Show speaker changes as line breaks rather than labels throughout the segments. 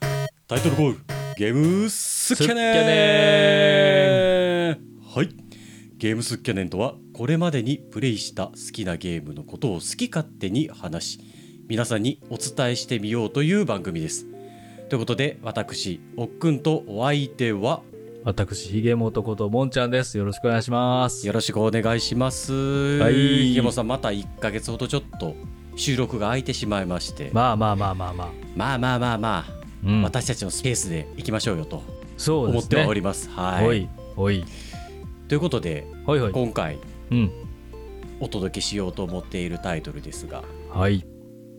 タイトルコールゲームスキャ
スキャ
ネンはいゲームスキャネンとはこれまでにプレイした好きなゲームのことを好き勝手に話し皆さんにお伝えしてみようという番組ですということで私おっくんとお相手は
私、ひげもとこともんちゃんです。よろしくお願いします。
よろしくお願いします
はい
池本さんまた1ヶ月ほどちょっと収録が空いてしまいましてま
まあまあまあまあまあ。
あまあまあまあ、
うん、
私たちのスペースで行きましょうよと
そう
思
で
っ
す
てはお
ね。
りますはい
おい、おい、
ということで
おい、おい。
今回
うん。
お届けしようと思っているタイトルですが
はい、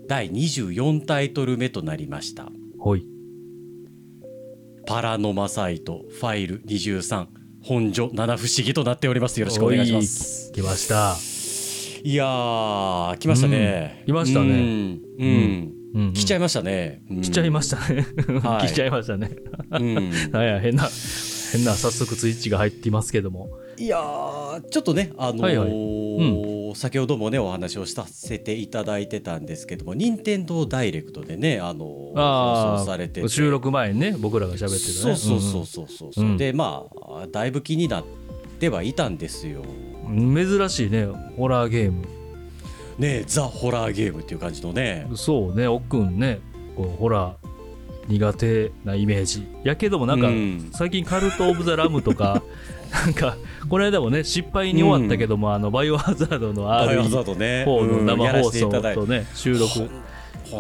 第24タイトル目となりました
おい。
「パラノマサイトファイル23本所七不思議」となっておりますよろしくお願いします
来ました。
いやー来ましたね、
うん来ましたね
うん、うん
うんうん
来ちゃいましたね、うん
来ちゃいましたね。
はい
来ちゃいましたね。
うん
なんや、変な、変な、早速ツイッチが入っていますけども。
いやーちょっとねあのー
はいは
先ほどもねお話をさせていただいてたんですけども任天堂ダイレクトでねあのー
あー
放送されてて
収録前にね、僕らが喋ってた
そう
ね。
そうそうそうそうそう、
うん
でまあだいぶ気になってはいたんですよ
うんうん珍しいね、ホラーゲーム。
ねえザ・ホラーゲームっていう感じのね
そうね、おっくんね、こうホラー苦手なイメージ。やけどもなんか、
うん
最近カルト・オブ・ザ・ラムと か、なんか、この間もね、失敗に終わったけども、あの、バイオハザードの
バイオハザー
RE4
ドね
の
うんや
生
ら
放
せていただ
送
いて
とね、収録。
本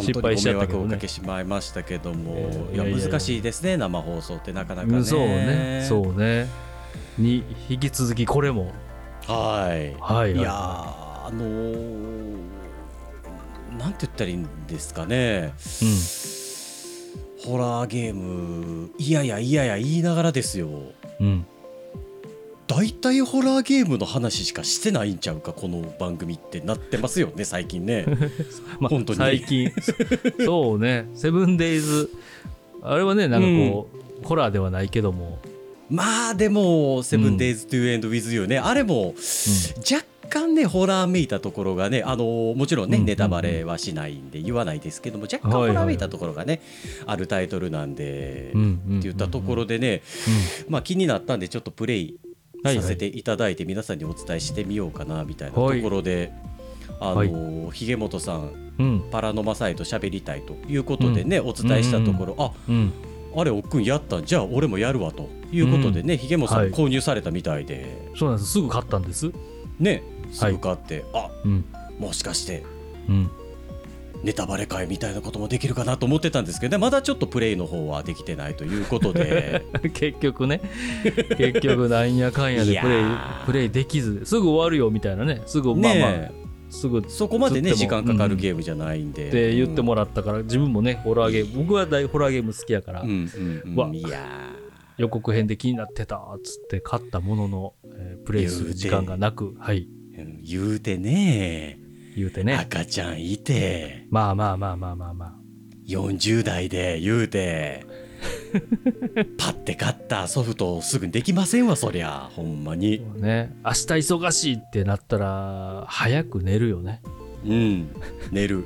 失
当に
敗
ご
しちゃ
迷
ったけ
惑
どね
をおかけしまいましたけども、いや
えーいやいやいや
難しいですね生放送ってなかなか
う
ね
んそうね、そうね。に、引き続きこれも、
はい
はい、
いやー
は
あのーなんて言ったらいいんですかね
いうん、
ホラーゲームいやいやいやいや言いながらですよ
うん、
大体ホラーゲームの話しかしてないんちゃうかこの番組ってなってますよね最近 ね
まあ
本当に
最近そそうね「セブンデイズあれはねなんかこう、ホラーではないけども、
まあでも「セブンデイズ・トゥ・エンド・ウィズ・ユー」ねあれも若干ねホラーめいたところがねあのもちろんね
うん
ネタバレはしないんで言わないですけども若干
は
ホ
いはい
ラーめいたところがねあるタイトルなんで
うんうん
っ
うんうん
て言ったところでねまあ気になったんでちょっとプレイ
はいはい
させていただいて皆さんにお伝えしてみようかなみたいなところであ
は
のひげもとさん
うんうん
パラノマサイと喋りたいということでね、お伝えしたところ、
うん
ああれおっくんやったんじゃあ俺もやるわということでね、ひげもさ
は
ん
い
購入されたみたいで、
そうなんですすぐ買ったんです
ねすぐ買って、
うん
あもしかして
うん
ネタバレ会みたいなこともできるかなと思ってたんですけどねまだちょっとプレイの方はできてないということで
結局ね結局なんやかんやでプ
い
レイ
やー
プレイできずすぐ終わるよみたいなねすぐ、
ねえ、
まあまあすぐっ
そこまでね
つっ
時
ても
間かかる
うん
ゲームじゃないんで。
て言ってもらったから、自分もねホラーゲーム僕は大ホラーゲーム好きやから、
うんうんうん
わ
いや
予告編で気になってたっつって買ったものの、えープレイする時間がなくはい
ーうん言うてね
言うてね
赤ちゃんいて
まあまあまあまあまあまあ。
40代で言うてパッて買ったソフトすぐにできませんわそりゃほんまに
ね、明日忙しいってなったら、早く寝るよね。
うん寝る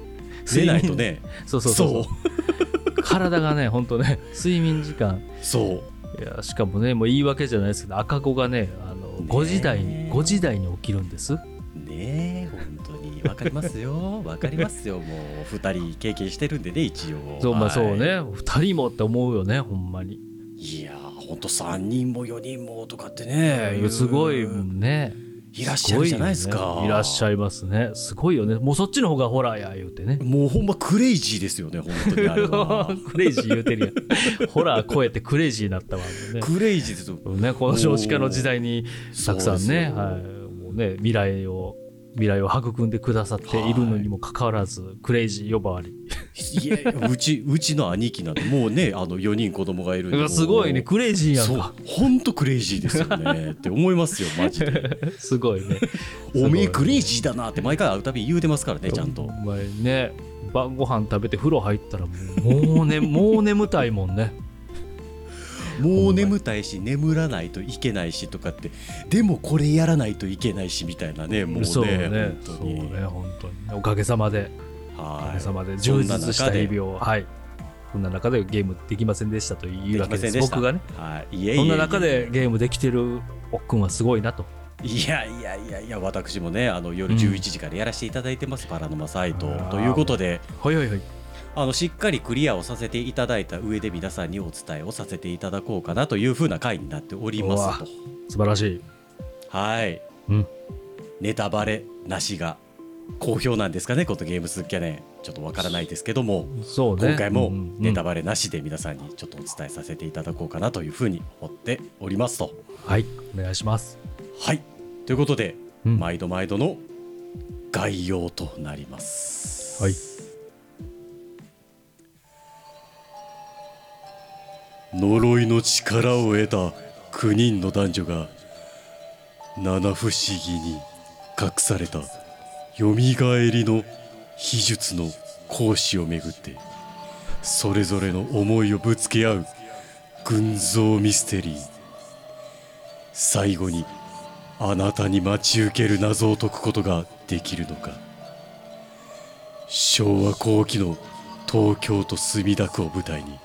寝ないとね
そう そ
そう
うそうそう。体がね、ほんとね、睡眠時間。
そう
いや、しかもね、もう言い訳じゃないですけど、赤子がね、あの、
ね
5時台に、5時台に起きるんです。
ねえ本当にわかりますよわかりますよもう2人経験してるんでね一応
そう、まあそ
は
うね、2人もって思うよね、ほんまに。
いいや本当3人も4人もとかってねう
すごいもんね。
いらっしゃるじゃないです
ご
か
よねいらっしゃいますね。すごいよね。もうそっちの方がホラーや、言うてね。
もうほんまクレイジーですよね本当にあれは
クレイジー言うてるやん。ホラー超えてクレイジーになったわ、もうね。
クレイジーですよ
ね、この少子化の時代にたくさんね,、
そう
は
で
い、もうね未来を未来を育んでくださっているのにもかかわらず、クレイジー呼ばわり
すよいやいやうちうちの兄貴なんてもうねあの4人子供がいるんで
うわすごいね
も
クレイジー
う
や
そ
ん
う
か
ほんとクレイジーですよねって思い ますよマジで
すごいね
おめえ
すごい
クレイジーだなって毎回会うたび言うてますからねちゃんと
ほまにね晩ご飯食べて風呂入ったらもうもう,、 ね、もう眠たいもんね
もう眠たいし眠らないといけないしとかってでもこれやらないといけないしみたいなねもうね
そうね
本
そ
当
う
に
ね本当におかげさまでおか
は
げ
い
さまで充実した
そんな中で
日々をはいそんな中でゲームできませんでしたというわけです
できませんでした
僕がね
はい、いえいえいえ
そんな中でゲームできてるおっくんはすごいなと
いやいやいやいや私もねあの夜
うん
11時からやらせていただいてます、パラノマサイト
あー
ということで
はいはいはい
あのしっかりクリアをさせていただいた上で皆さんにお伝えをさせていただこうかなというふうな回になっておりますと
素晴らしい
はい、
うん
ネタバレなしが好評なんですかねこのゲームスキャネンちょっとわからないですけども
そうね
今回も
うんうん
ネタバレなしで皆さんにちょっとお伝えさせていただこうかなというふうに思っておりますと
はいお願いします、
はいということで
うん
毎度毎度の概要となります。
はい
呪いの力を得た9人の男女が七不思議に隠されたよみがえりの秘術の行使をめぐってそれぞれの思いをぶつけ合う群像ミステリー最後にあなたに待ち受ける謎を解くことができるのか昭和後期の東京都墨田区を舞台に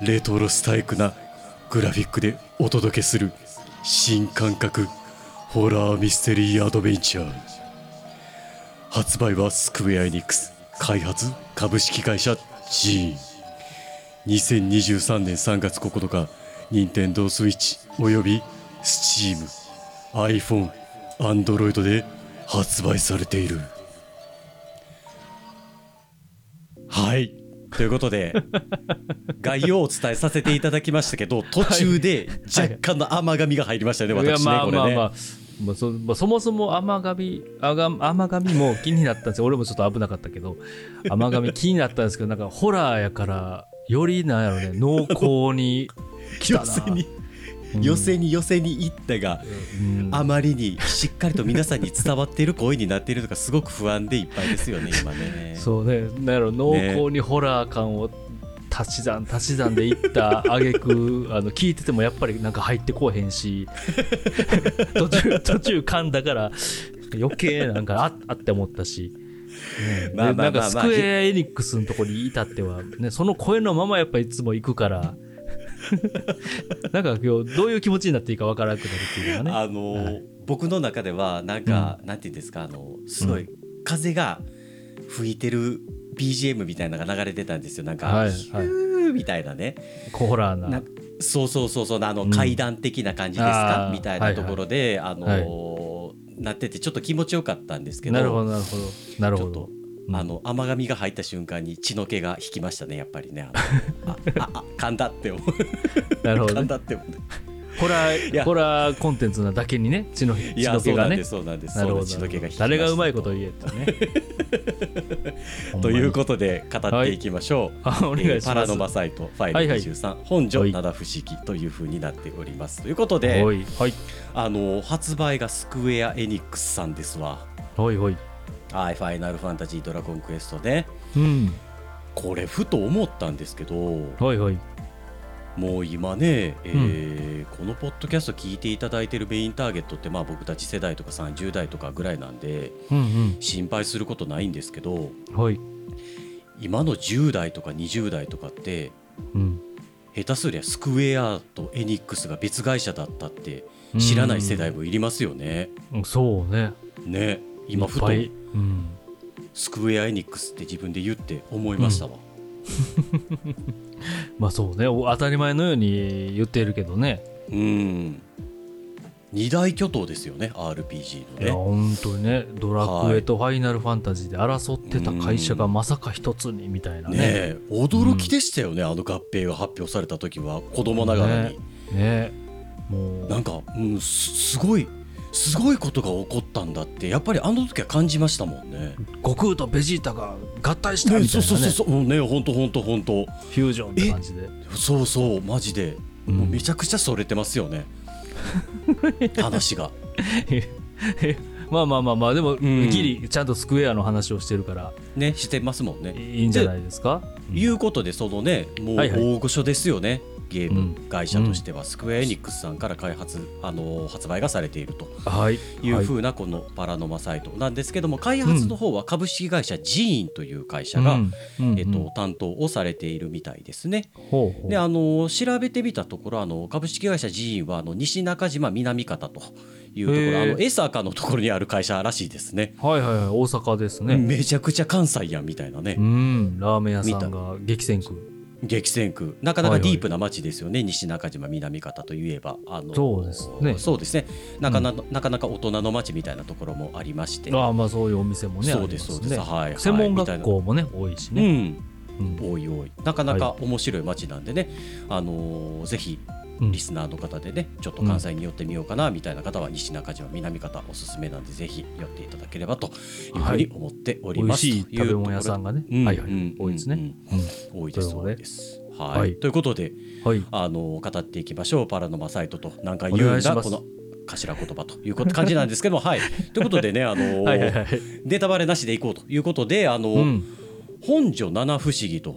レトロスタイクなグラフィックでお届けする新感覚ホラーミステリーアドベンチャー発売はスクウェアエニックス開発株式会社 G 2023年3月9日任天堂スイッチおよび Steam、iPhone、Android で発売されているはいということ で概要をお伝えさせていただきましたけど途中で
はい
若干の甘がみが入りましたよね、私ね、
いやまあ
これね、
まあまあまあそまあそもそも甘神あが甘神も気になったんですよ俺もちょっと危なかったけど甘神気になったんですけどなんかホラーやからよりなんやろね濃厚に来た
寄
な
せに、
うん
寄せに寄せに行ったが、
うん
あまりにしっかりと皆さんに伝わっている声になっているのがすごく不安でいっぱいですよ ね、今ね。
そうねなんやろ濃厚にホラー感を足し算足し算で いった挙句あの聞いててもやっぱりなんか入ってこうへんし 途中途中噛んだから余計なんかああって思ったし。ね
まあ
で
ま
な
あ
ん
まあまあ
かスクエア・エニックスのところに至っては、ね、その声のままやっぱいつも行くから なんか今日どういう気持ちになっていいかわからなくなるっていうのがね
あのー僕の中ではなんか、なんていうんですかあのすごい風が吹いてる BGM みたいなのが流れてたんですよなんか、
はい
ヒューみたいなね、
こうホラーな
なんかそうそうそうそうあの、
うん
階段的な感じです
あ
か
ー
みたいなところで、あのーなっててちょっと気持ちよかったんですけど
なるほどなるほどなるほ
ちょっ
ど
と、
うん
あの甘がみが入った瞬間に血の気が引きましたねやっぱりねあ のあああ噛んだって思う
なるほどね
噛んだって思う
ホラ
いや
ー、ホラーコンテンツなだけにね、血の
い
血
や
の
そ
気
うな
が
んで
ね。
すそうなんです
なる
そうで
ほど
す血の気が引きました
誰がうまいこと言えってね。ほんま
と
に
いうことで語っていきましょう。
あお願いし
え
ま
ー
す。
パラノマサイトファイル
はいはい
23、本所
はい
七不思議というふうになっております。ということで、
ほいはい
あの発売がスクウェア・エニックスさんですわ。
ほいほい。
はい、ファイナルファンタジー・ドラゴンクエストね。
うん。
これ、ふと思ったんですけど、
ほいほい。
もう今ね、えーこのポッドキャスト聞いていただいてるメインターゲットって、まあ、僕たち世代とか30代とかぐらいなんで、
うん
心配することないんですけど、
うん。ほい。
今の10代とか20代とかって、
うん。
下手すりゃスクウェアとエニックスが別会社だったって知らない世代もいりますよね。
うん。そうね。
ね今ふ
いっ
と
ぱいうん。
スクウェアエニックスって自分で言って思いましたわ。
まあそうね。お当たり前のように言っているけどね。
うん二大巨頭ですよね RPG
いや
のね。
本当にね、ドラクエとファイナルファンタジーで争ってた会社がまさか一つにみたいな
ね
ね。
え驚きでしたよね、あの合併が発表された時は子供ながらに、
ね。もう
なんか、うん、すすごいすごいことが起こったんだってやっぱりあの時は感じましたもんね。
悟空とベジータが合体した
ね
みた
そう
いな
そうそう
ね
そううんね本当本当本当
フュージョンって感じで
そうそうマジで
うん
もうめちゃくちゃそれてますよね、 話が
まあまあまあまあでも
ん
ギリちゃんとスクエアの話をしてるから
ねしてますもんね
いいんじゃないですか
いうことでそのねもう
はいはい
大御所ですよね、ゲーム会社としてはスクエア・エニックスさんから開発、あの発売がされていると
はい
いう
う
ふうなこのパラノマサイトなんですけども開発の方は株式会社ジーンという会社が、
んうん
えっと、担当をされているみたいですね。
ほうほう
であの調べてみたところあの株式会社ジーンはあの西中島南方というとこ
へ
ろ
ー
あの江坂のところにある会社らしいですね。
はいはいはい大阪ですね
めちゃくちゃ関西やんみたいなね
う、んラーメン屋さんが激戦区
激戦区なかなか
はいは
デ
い
ィープな街ですよね、西中島南方といえばあの
そうですね
そうですねなかな,、なかなか大人の街みたいなところもありまして、
ああまあそういうお店もね
そうですそ
あ
うです
りま
す、
ね
はいはい
専門
みたい
学
な
校もね多いしね、う
うん
ん
多い多いなかなか面白い街なんでね、あのーぜひ
うん
リスナーの方でねちょっと関西に寄ってみようかなみたいな方は西中島南方おすすめなんでぜひ寄っていただければというふうに思っており
美味
ます。
しい
という
食べ物屋さんがね、
うん
はいは
う
い、
ん
多いですね、
うん多いです
ということ
多
で
いです。はい、
はい
ということで
はい
あのー語っていきましょうパラノマサイトと何回言う
お願
ん
いし
だ
ま
こ
す
の頭言葉ということ感じなんですけどもはいということでねあのー
はいはいはい、
ネタバレなしでいこうということであのー
うん、
本所七不思議と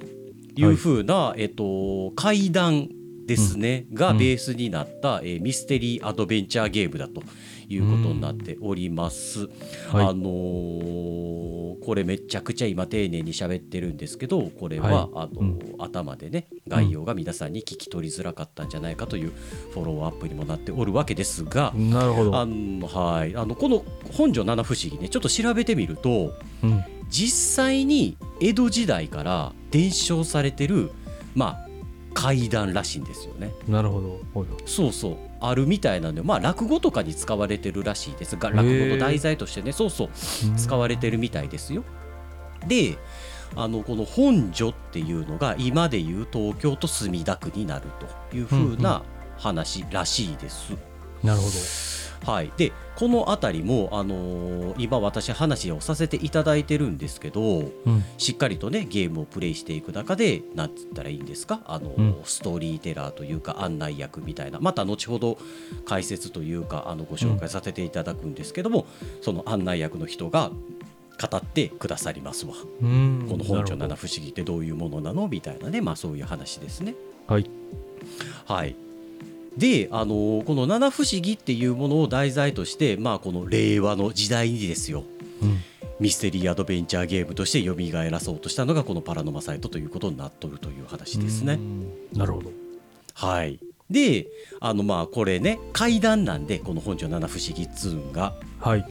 いうふうな、えっと、怪談ですね、がベースになった、えーミステリーアドベンチャーゲームだということになっております。
はい
あのーこれめちゃくちゃ今丁寧に喋ってるんですけどこれは、あのー頭でね概要が皆さんに聞き取りづらかったんじゃないかというフォローアップにもなっておるわけですが。
なるほど
あのはい、あのこの本所七不思議ねちょっと調べてみると、
うん
実際に江戸時代から伝承されてるまあ怪談らしいんですよね
なるほどほいほい
そうそうあるみたいなんでまあ落語とかに使われてるらしいですが
へー
落語の題材としてねそうそう
うん
使われてるみたいですよであのこの本所っていうのが今でいう東京と墨田区になるという風な話らしいです、
なるほど
はい、でこの辺りも、あのー今私話をさせていただいてるんですけど
うん
しっかりとねゲームをプレイしていく中でなんつったらいいんですかあの、
うん
ストーリーテラーというか案内役みたいなまた後ほど解説というかあのご紹介させていただくんですけども、その案内役の人が語ってくださりますわ、
うん
この本庁
なる
七不思議ってどういうものなのみたいなねまあそういう話ですね。
ほどはい
はいであのこの七不思議っていうものを題材として、まあ、この令和の時代にですよ
うん
ミステリーアドベンチャーゲームとして蘇らそうとしたのがこのパラノマサイトということになっとるという話ですね。
うんなるほど
はい、であのまあこれね怪談なんでこの本庄七不思議っつうんが
はい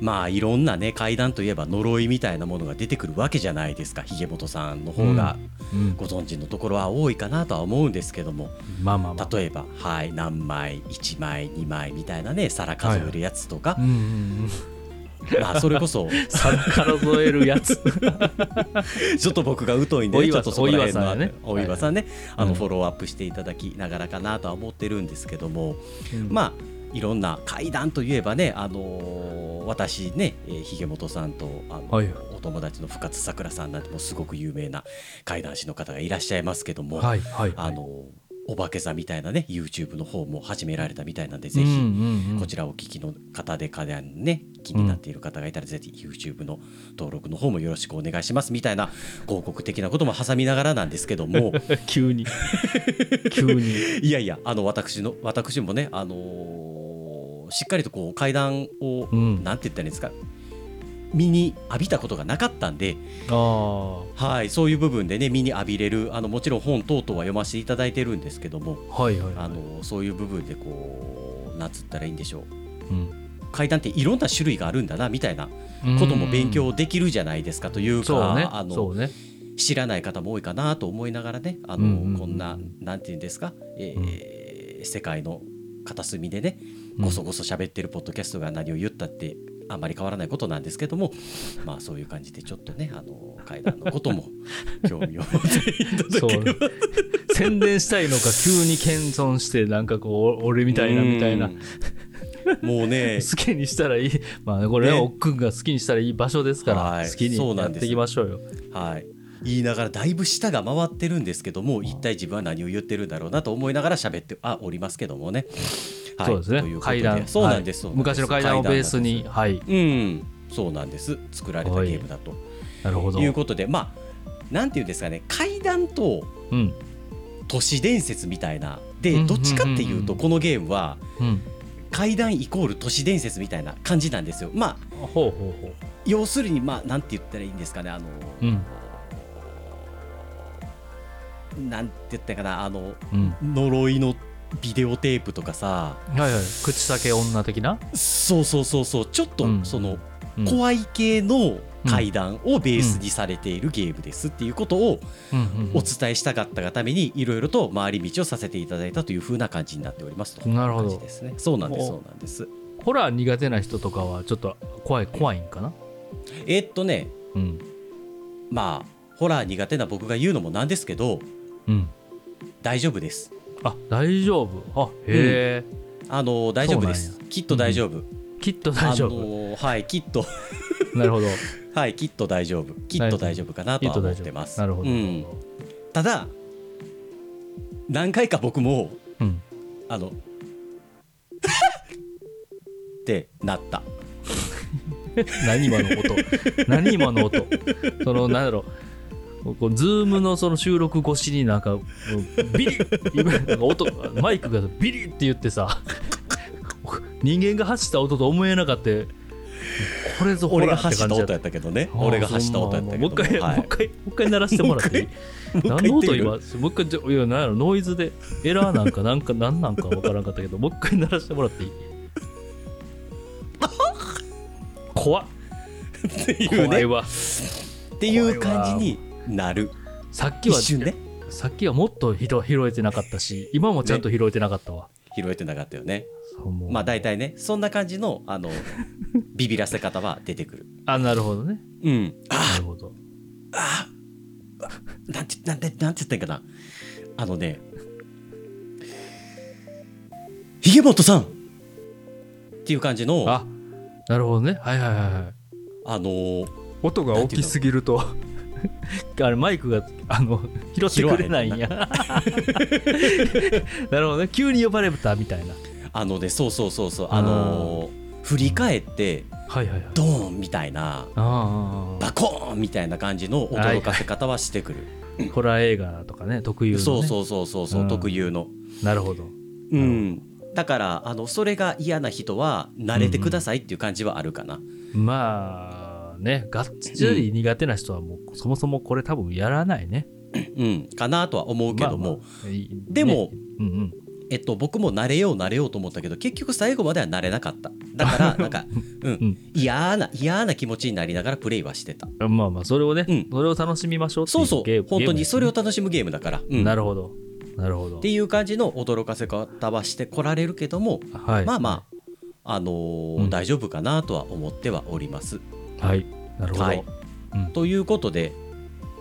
まあいろんなね怪談といえば呪いみたいなものが出てくるわけじゃないですかひげもとさんの方が
うん
ご存知のところは多いかなとは思うんですけども、
まあまあまあ
例えば、はい、何枚1枚2枚みたいなね皿数えるやつとか、
うんうんうん
まあそれこそ
数えるや つ
ちょっと僕が疎いんで、
お
ね、ちょ
岩
っと
さん
そこら辺の
お岩さんやね
お岩さんね、あ
う
の
ん
フォローアップしていただきながらかなとは思ってるんですけども、
あ
まあいろんな怪談といえばね、あのー私ね、えー、ひげもとさんとあの、
はい
お友達の深津さくらさんなんてもうすごく有名な怪談師の方がいらっしゃいますけども、
はいはい
あのお化け座みたいなね YouTube の方も始められたみたいなんで
う
ぜ
ん
ひ、
うんうん
こちらをお聞きの方で、かでね、気になっている方がいたら、ぜひ YouTube の登録の方もよろしくお願いしますみたいな広告的なことも挟みながらなんですけど も、
急に急に
いやいや、あの私の私もね、あのーしっかりとこう階段を、
うん
なんて言ったらいいんですか、身に浴びたことがなかったんで、
ああ
はい、そういう部分でね、身に浴びれる、あのもちろん本等々は読ませていただいてるんですけども、
はいはいはい
あのそういう部分でこう、なんつったらいいんでしょう。
うん
階段っていろんな種類があるんだなみたいなことも勉強できるじゃないですかというか、
そうね
あの
そうね
知らない方も多いかなと思いながらねあの、
うんうんうん
こんななんていうんですか、えー世界の片隅でね
うん
ごそごそ喋ってるポッドキャストが何を言ったってあんまり変わらないことなんですけどもまあそういう感じでちょっとねあの階段の ことも興味を持っていただ
そう
ければ
宣伝したいのか急に謙遜してなんかこうお俺みたいなみたいな
うんもうね
好きにしたらいいまあこれは
ね
おっくんが好きにしたらいい場所ですか
は
ら
い
好きに
そうな
や
ん
っ
です
ていきましょうよ
はい、言いながらだいぶ舌が回ってるんですけども一体自分は何を言ってるんだろうなと思いながら喋ってあおりますけどもね。はい
そうです
とい
ね
こと
階段
そうなんです,
は
そう
い
なんで
昔
す、
の階段をベースにはい
うんそうなんです作られたゲームだと
なるほど
いうことでまあなんていうんですかね階段と
うん
都市伝説みたいな
うんうん
で
うん
どっちかっていうとこのゲームは
うん
怪談イコール都市伝説みたいな感じなんですよまあ
ほうほうほ
要するにまあなんて言ったらいいんですかねあの、
ううん
なんて言ったらいいかなあの
うん
呪いのビデオテープとかさ
はいはい口先女的な、
そうそうそうそうちょっと
うん
その
うん
怖い系の怪談をベースにされているゲームですっていうことを
うんうん
お伝えしたかったがためにいろいろと回り道をさせていただいたという風な感じになっておりますと
なるほど
感じですねそうなんです
も
そううなんです
ホラー苦手な人とかはちょっと怖い怖いんかな
えーっとね
うん
まあホラー苦手な僕が言うのもなんですけど
うん
大丈夫です
あ大丈夫あへえ、
あの大丈夫ですきっと大丈夫
きっと
あ
大丈夫
のはいきっと
なるほど
はいきっと大丈夫きっと大丈夫かなと
きっ
は
と
思っ
大丈
て
夫
ます
なるほど、
うんただ何回か僕も
うん
あの ってなった
何今の 音何今の音その何だろうこうズームのその収録越しになんかうんビリッ今なんか音がマイクがビリッって言ってさ人間が発した音と思えなかったこれぞホ
俺
ラ
が
ーって
走っ
感
た
じだっ
音
た
やったけどね俺が走った音やったけど
もう一回、
はい
もう一回もう一回鳴らしてもらっていい
もう一回
何の
言
音
ってみる
今もう一回ちょいや何やろノイズでエラーなんかなんか何なんか分からんかったけどもう一回鳴らしてもらっていい怖っ
っていう
怖い
ね
わ
っていう感じになる
さっき
一
は
瞬ね
さっきはもっとひど拾えてなかったし今もちゃんと拾えてなかったわ、
拾えてなかったよね
そうもう
まあ大体ねそんな感じの あのビビらせ方は出てくる
あなるほどね
うん
なるほど
なんてなんてなんて言ったんかなあのねひげもとさんっていう感じのあ
あなるほどねはいはいはいはい
のー
音が大きすぎるとあれマイクがあの拾ってくれないんや なるほどね急に呼ばれたみたいな
あのねそうそうそうそうあのー振り返って
はいはいはい
ドーンみたいな
ああ
バコーンみたいな感じの驚かせ方はしてくる、
ホラー映画とかね特有の、ね、
そうそうそうそうそう、
うん
特有の
なるほど
う
うん
だからあのそれが嫌な人は慣れてくださいっていう感じはあるかな、
まあねがっつり苦手な人はもうそもそもこれ多分やらないね
うんかなとは思うけども、
まあまあいいね
でも
うんうん
えっと、僕も慣れよう慣れようと思ったけど結局最後までは慣れなかっただから なんか、うん
ん
嫌な嫌な気持ちになりながらプレイはしてた
まあまあそれをね、
うん
それを楽しみましょうってい
そううそう
ゲーム
本当にそれを
ゲ
楽しむゲームだから、う
ームですね
ん
な
っ
るほどなるほど
ていう感じの驚かせ方はしてこられるけども、
はい
まあまああのー
うん
大丈夫かなとは思ってはおります。
あはいなるほど、
はい
うん
ということで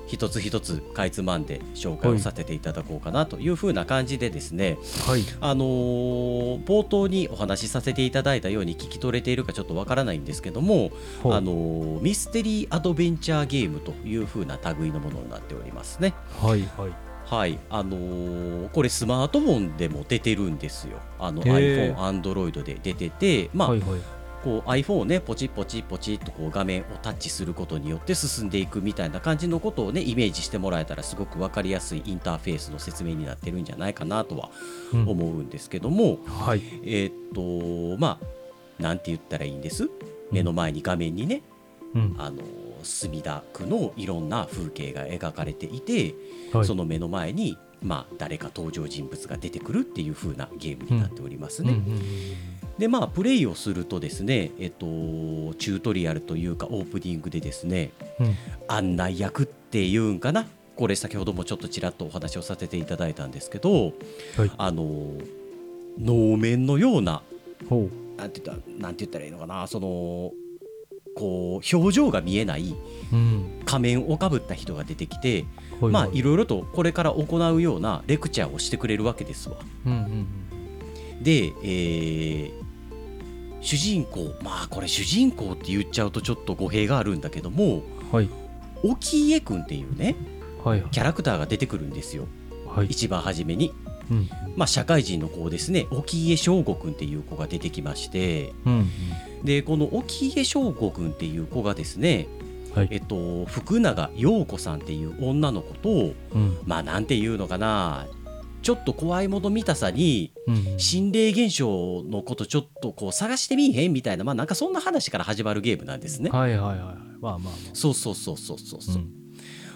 一つ一つかいつまんで紹介をさせていただこうかなというふうな感じでですね、
はい
あのー冒頭にお話しさせていただいたように聞き取れているかちょっとわからないんですけども、
ほう
あのーミステリーアドベンチャーゲームというふうな類のものになっておりますね。
はいはい
はいあのーこれスマートフォンでも出てるんですよあの
へー
iPhone、Android で出てて、まあ
はいはい
こう iPhone をねポチッポチッポチッとこう画面をタッチすることによって進んでいくみたいな感じのことをねイメージしてもらえたらすごく分かりやすいインターフェースの説明になってるんじゃないかなとは
うん
思うんですけども、
はい
えーっとまあなんて言ったらいいんです目の前に画面にね、
うん
あの墨田区のいろんな風景が描かれていて、
はい
その目の前に、まあ、誰か登場人物が出てくるっていう風なゲームになっておりますね。
うんうんうん
でまあプレイをするとですね、えっと、チュートリアルというかオープニングでですね
うん
案内役っていうんかなこれ先ほどもちょっとちらっとお話をさせていただいたんですけど、
はい
あの能面のような
ほ
なんて言ったなんて言ったらいいのかなそのこう表情が見えないう
うん
仮面をかぶった人が出てきて、
はい
まあ
はい
ろいろとこれから行うようなレクチャーをしてくれるわけですわ。
うんうんうん
で、えー主人公まあこれ主人公って言っちゃうとちょっと語弊があるんだけども
はい
沖家くんっていうね
はいはい
キャラクターが出てくるんですよ
はい
一番初めに、
うん
まあ、社会人の子ですね沖家翔吾くんっていう子が出てきまして
うんうん
でこの沖家翔吾くんっていう子がですね
はい
えっと福永陽子さんっていう女の子と
うん
まあなんていうのかなちょっと怖いもの見たさに
うん
心霊現象のことちょっとこう探してみいへんみたいなまあなんかそんな話から始まるゲームなんですね。
はいはいはいまあまあまあ
そうそうそうそうそうそううん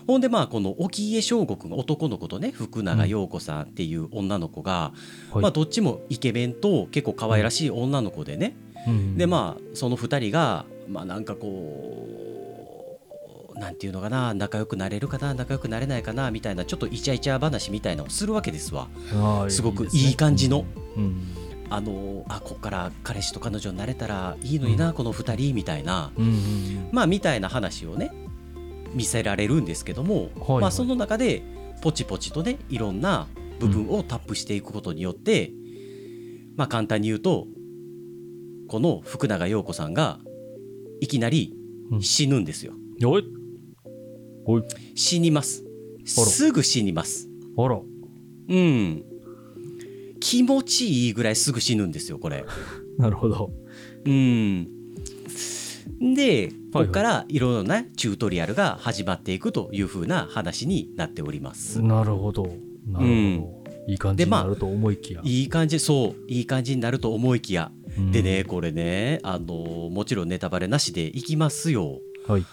ほんでまあこの沖家祥吾君男の子とね福永陽子さんっていう女の子が、
はい
まあ、どっちもイケメンと結構可愛らしい女の子でね、
うん
でまあその2人がまあなんかこうなんていうのかな仲良くなれるかな仲良くなれないかなみたいなちょっとイチャイチャ話みたいなのをするわけですわ。
あー
すごく
ですね
いい感じの
うんうん
あのあこっから彼氏と彼女になれたらいいのにな、この2人みたいな
うんうん
まあみたいな話をね見せられるんですけども、
はいはい
まあ、その中でポチポチとねいろんな部分をタップしていくことによって、まあ簡単に言うとこの福永陽子さんがいきなり
うん
死ぬんですよ。
おいおい
死にます。
あら
すぐ死にます。
あら
うん。気持ちいいぐらいすぐ死ぬんですよこれ。
なるほど
うん。で
はい
ここからいろいろなチュートリアルが始まっていくというふうな話になっております。
なるほどなるほど、いい感じになると思いきや、
いい感じそういい感じになると思いきや
うん
でねこれねあのもちろんネタバレなしでいきますよ
はい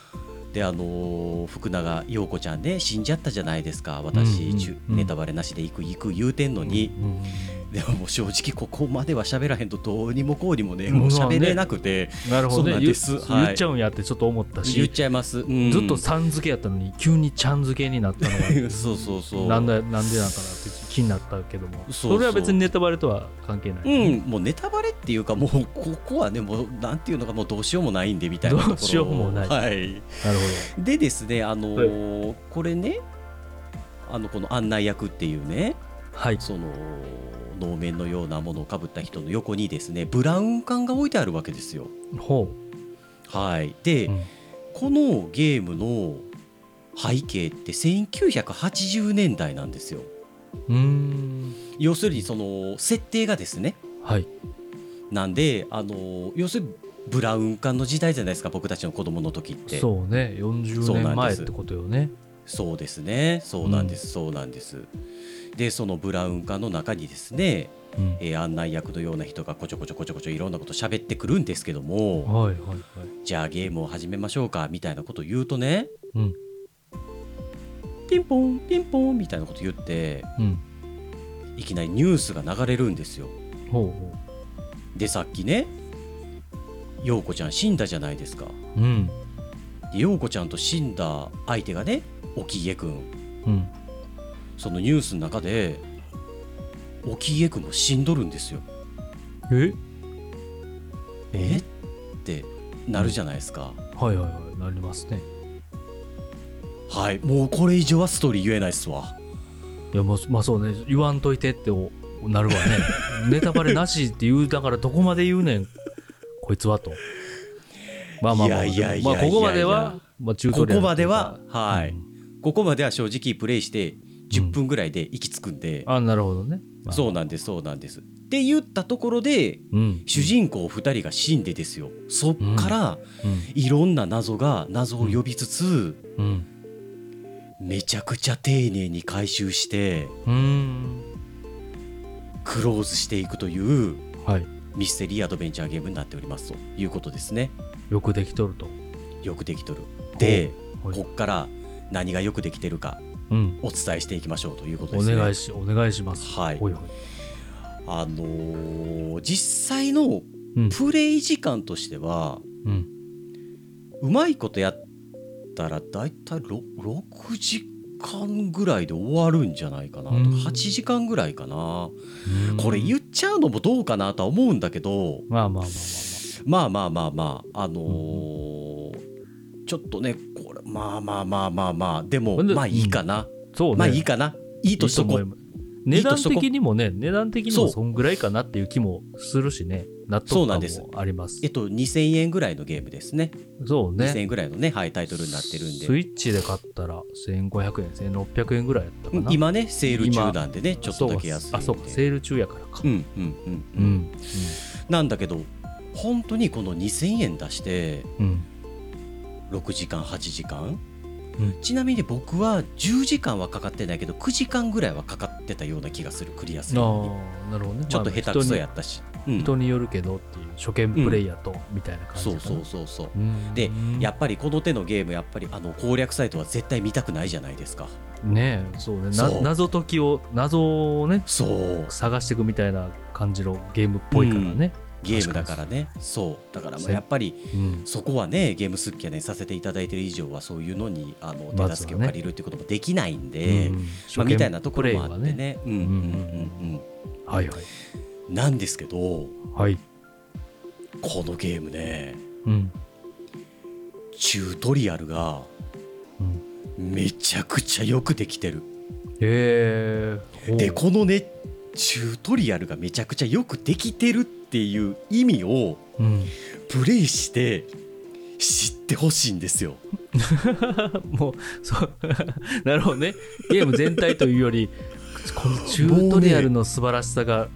であの福永陽子ちゃんね死んじゃったじゃないですか私、
うんうん
ちゅ
うん
ネタバレなしで行く行く言うてんのに、
うん
でももう正直ここまでは喋らへんとどうにもこうにもね
うん
もう喋れなくて、
なるほど
そうな
ね
ん
言
ですはい
言っちゃうんやってちょっと思っ
言
た
っ
し
ちゃいます、うん
ずっと
そ
さん付けやったのに急にちゃん付けになったのが
う そうそう
なんだなんでなんかなって気になったけども
そう
そ
そう
れは別にネタバレとは関係ない、
うん、もうネタバレっていうかもうここはねもうなんていうのかもうどうしようもないんでみたいなところ
どうしようもない
はい、
なる
でですね、あのーこれねあのこの案内役っていうね
ほどはい
その能面のようなものをかぶった人の横にですねブラウン管が置いてあるわけですよ。
ほ
はい、で、
うん
このゲームの背景って1980年代なんですよ。
ううーん
要するにその設定がですね
はい
なんであのー要するにブラウン管の時代じゃないですか僕たちの子供の時って。
そうね40
そうなんです
年前ってことよね
そうですね、そうなんです、そうなんです。で、そのブラウン管の中にですね、
うん
えー案内役のような人がこちょこちょこちょこちょいろんなこと喋ってくるんですけども、
はいはいはい
じゃあゲームを始めましょうかみたいなこと言うとね、
うん
ピンポン、ピンポンみたいなこと言って、
うん
いきなりニュースが流れるんですよ。
ほうほ
で、さっきね、陽子ちゃん死んだじゃないですか。
ううん
で陽子ちゃんと死んだ相手がね、沖家くん。
うん
そのニュースの中で沖家君も死んどるんですよ
え
えってなるじゃないですか、
はいはいはいなりますね
はいもうこれ以上はストーリー言えないっすわ
いやまあ、まあ、そうね言わんといてってお なるわねネタバレなしって言うだからどこまで言うねんこいつはとまあまあまあ
いやいやいやいや
まあここま
い
で
やい
はまあ中
ここまでははい、ここまでは正直プレイして10分ぐらいで行き着くんで、
あなるほどね、まあ
そうなんですそうなんですって言ったところで
うん、
主人公2人が死んでですよそっからいろんな謎が謎を呼びつつ
うんうん
めちゃくちゃ丁寧に回収して
うん
クローズしていくという
はい
ミステリーアドベンチャーゲームになっておりますということですね。
よくできとると
よくできとる。で、
ほい
こっから何がよくできてるか
うん
お伝えしていきましょうということで
お
すね。
願いしお願いします
はい
ほいほい
あのー実際の
うん
プレイ時間としては、
うん
うまいことやったらだいたいろ6時間ぐらいで終わるんじゃないかなと
うん
8時間ぐらいかな、
うん
これ言っちゃうのもどうかなとは思うんだけど、
まあまあまあま
まあまあ
あま
まあまあ、あのーちょっとね、これ、まあまあまあまあまあ、でも、
ほんで
まあいいかな、
あそうね
まあいいかな、い
い
いとしとこ。
思いうます値
いいと
段
しとこ
的にもね値段的に
そ
も
う
そんぐらいかなっていう気もするしね納
そう
得
なん
感
です
もあります
えっと、2000円ぐらいのゲームですね。
そうね
2000円ぐらいのね、はい、タイトルになってるん
ス
で。
イッチで買ったら1500円1600円ぐらいやったか
うん
な
今ね、セール中なんでね、ちょっとだけ安いんで。
あそうかセール中やからか
うんうんうん
う
うんん。なんだけど、本当にこの2000円出して、
うん
6時間、8時間、
うん
ちなみに僕は10時間はかかってないけど、9時間ぐらいはかかっってたような気がするクリアするのに
あなるほどね
ちょっと下手くそやったし、うん、
人によるけどっていう初見プレイヤーとみたいな感じか
そ
な
うそうそうそう
うん
でやっぱりこの手のゲームやっぱりあの攻略サイトは絶対見たくないじゃないですか
ねえそうねな
そう
謎解きを謎をね
そう
探していくみたいな感じのゲームっぽいからね、
ゲームだからねそうだからまあやっぱり
うん
そこはねゲームスッキャねさせていただいてる以上はそういうのにあの
まずはね
手助けを借りるってこともできないんで、
うん
まあ、みたいなところもあっ
初
て
見プレイは
ねうんうんうん
はいはい
うんなんですけどこ
はい、
のゲームね
うん
チュートリアルが
うん、
めちゃくちゃよくできてる
えー、
でこのねチュートリアルがめちゃくちゃよくできてるっていう意味を
おう、うん、
プレイして知ってほしいんですよ
もうそう なるほどねゲーム全体というよりこのチュートリアルの素晴らしさが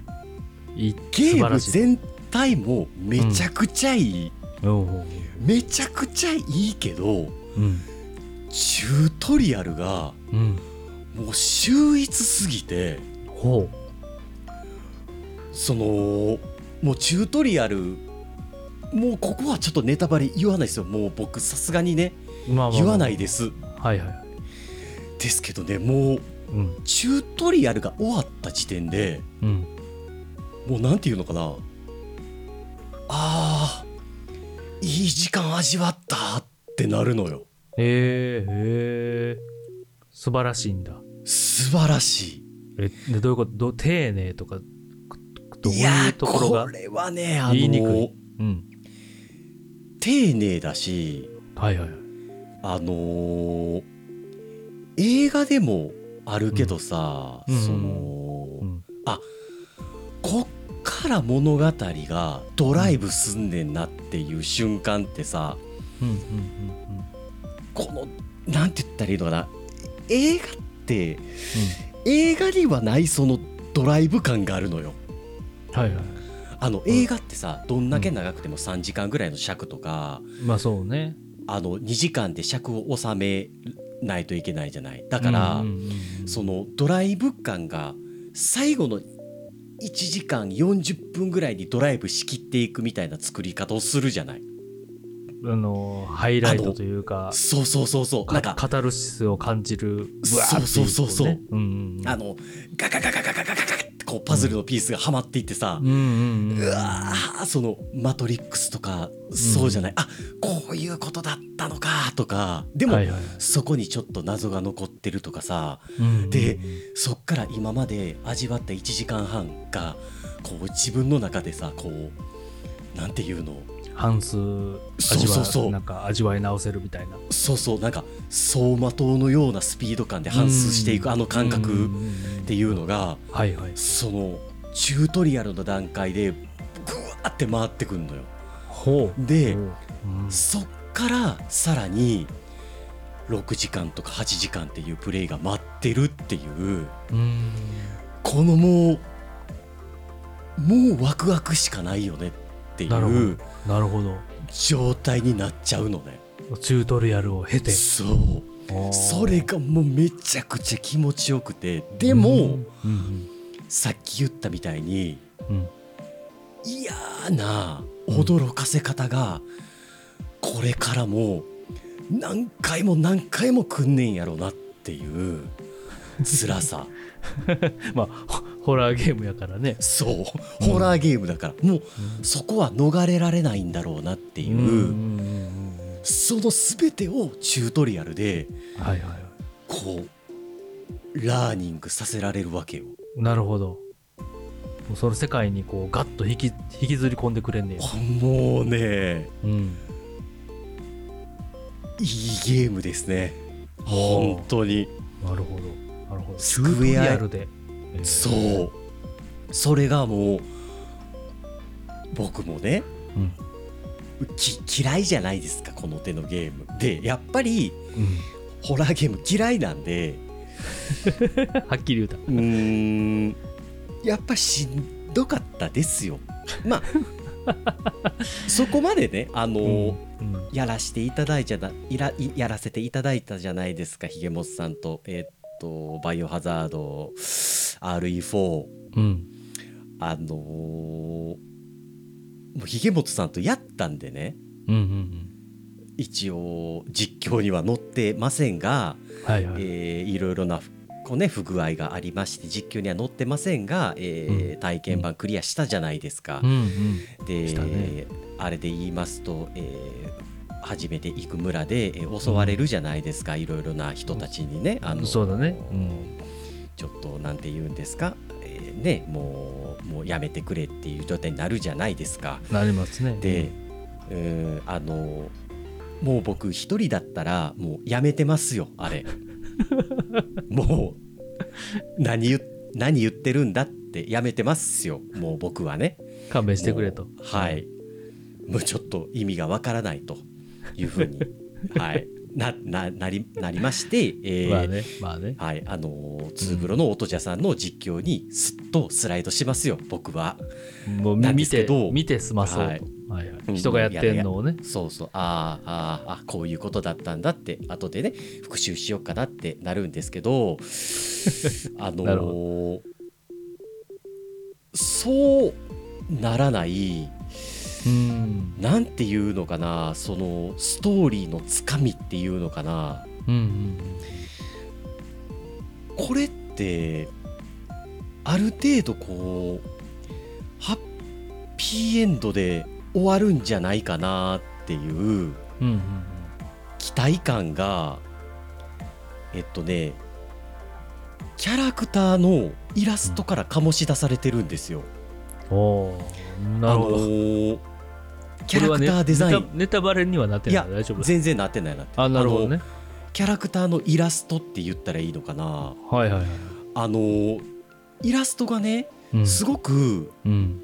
いい
ゲ
素晴
ーム
らしい
全体もめちゃくちゃいい、
うんうん
めちゃくちゃいいけど
うん
チュートリアルが
うん
もう秀逸すぎて
ほ
そのもうチュートリアルもうここはちょっとネタバレ言わないですよもう僕さすがにね
う、まあまあまあ
言わないです
はいはい
ですけどねもう
うん
チュートリアルが終わった時点で
うん
もうなんていうのかなあーいい時間味わったってなるのよ
えー、えー、素晴らしいんだ
素晴らしい
えでどういうことどう丁寧とかくどう
や
いう
ー
ところが
これはねあの
言いにくいうん
丁寧だし
はいはいはい
あのー映画でもあるけどさ、
うん
その、
うん
こっから物語がドライブすんねんなっていう瞬間ってさ、
うんうんうんうん
このなんて言ったらいいのかな映画って映画にはないそのドライブ感があるのよ
はいはい
あの映画ってさどんだけ長くても3時間ぐらいの尺とか
まあそうね
あの2時間で尺を収めないといけないじゃないだから、
うんうんうん
そのドライブ感が最後の1時間40分ぐらいにドライブしきっていくみたいな作り方をするじゃない
あのハイライトというか
そうそうそうそう
か
なんか
カタルシスを感じる
そうそうそうそう
ブワーっていとねうんうん
あのガガガガガガガガガってこうパズルのピースがはまっていってさ、
うんうんうん
うわーその「マトリックス」とかそうじゃない、あこういうことだったのかとかでも、
はいはい
そこにちょっと謎が残ってるとかさ
うんうんうん
でそっから今まで味わった1時間半がこう自分の中でさこうなんていうの
ハンス
そう
味
そうそう
わなんか味わい直せるみたいな
そうそうなんか走馬灯のようなスピード感で反数していくあの感覚っていうのが
はいはい
そのチュートリアルの段階でグワーって回ってくんのよ。
ほう
で
ほううん
そっからさらに6時間とか8時間っていうプレイが待ってるっていう
うん
このもうもうワクワクしかないよねってい
なるほ
う
なるほど
状態になっちゃうのね
チュートリアルを経て
そうそれがもうめちゃくちゃ気持ちよくてでも、
うん
さっき言ったみたいに
うんうん
嫌な驚かせ方がこれからも何回も何回もくんねんやろなっていう辛さ
まあホホラーゲームやからね
そう
うん
ホラーゲームだからもうそこは逃れられないんだろうなっていう、
うんうん
その全てをチュートリアルで
うんはいはいは
こうラーニングさせられるわけよ
いなるほどもうその世界にこうガッと引き引きずり込んでくれんねや
もうね
うん
いいゲームですね本当に
なるほどなるほど
スクエア
チュートリアルでえー
そうそれがもう僕もね
うん
き嫌いじゃないですかこの手のゲームでやっぱり
うん
ホラーゲーム嫌いなんで
はっきり言うた。
うーんやっぱしんどかったです よまあそこまでねあの、
うん
やらしていただいちゃないらいやらせていただいたじゃないですかひげもっさんとえーっとバイオハザード RE4
うん
あのーもうひげもつさんとやったんでね
うんうん
一応実況には載ってませんが、
うんはいはい、
えーいろいろなこう、ね、不具合がありまして実況には載ってませんが、えー
うん
体験版クリアしたじゃないですか
う。んうん
で、
したね
あれで言いますと、えー初めて行く村で、えー襲われるじゃないですか、いろいろな人たちにね。あの
そうだねうん
ちょっとなんて言うんですか、えーねもうもうやめてくれっていう状態になるじゃないですか。
なりますね
で、うーんあのもう僕一人だったらもうやめてますよあ れもう何言何言ってるんだってやめてますよもう僕はね
勘弁してくれと
もうはいもうちょっと意味がわからないというふうにはいなななりなりまして、えー
まあねまあね
はい、あのー、ツーブロの音じゃさんの実況にすっとスライドしますよ、僕は。
もう
なんで
見
すけ
て
ど
見て済まそうと、
は
はいいはい
うん
人がやってんのをね
そうそう、あーあー、あーこういうことだったんだって、後でね、復習しようかなってなるんですけ ど、あの
なる
ーそうならない、
うん
なんていうのかな、その、ストーリーのつかみっていうのかな、
うんうん
これってある程度こうハッピーエンドで終わるんじゃないかなっていう
うんうん
期待感がえっとねキャラクターのイラストから醸し出されてるんですよ。
うんおーなるほ
あの
ど
ーキャラクターデザイン、
これはねネタネタバレにはなって
いや
ないから大丈夫
全然なってないなって
あなるほど
あ
ね
のキャラクターのイラストって言ったらいいのかな
はいはいはい
あのーイラストがね
うん
すごく
うん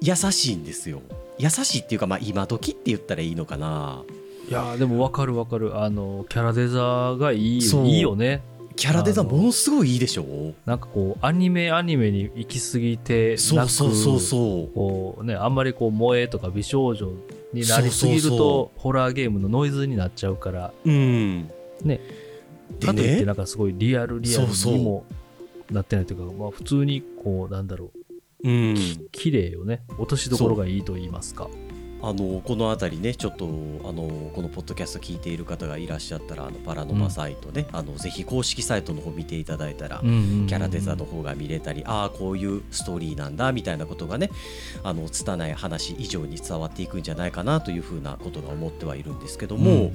優しいんですよ優しいっていうかまあ今時って言ったらいいのかない
やーでも分かる分かるあのキャラデザがいい
そう
いいよね
キャラデザイン
あの
ものすごいいいでしょ
なんかこうアニメアニメに行き過ぎて
そ
な
う
く
そうそうそう
こうねあんまりこう萌えとか美少女になりすぎると
そうそうそ
ホラーゲームのノイズになっちゃうから
うん
ね
で
かといって
ね
なんかすごいリアルリアル
そうそう
にもなってないというかまあ普通にこうなんだろう
うん
綺麗よね落としどころがいいと言いますか
あのこの辺りねちょっとあのこのポッドキャスト聞いている方がいらっしゃったらあのパラノマサイトね、あのぜひ公式サイトの方見ていただいたら、キャラデザの方が見れたりああこういうストーリーなんだみたいなことがねあの拙い話以上に伝わっていくんじゃないかなというふうなことが思ってはいるんですけども、
うんうん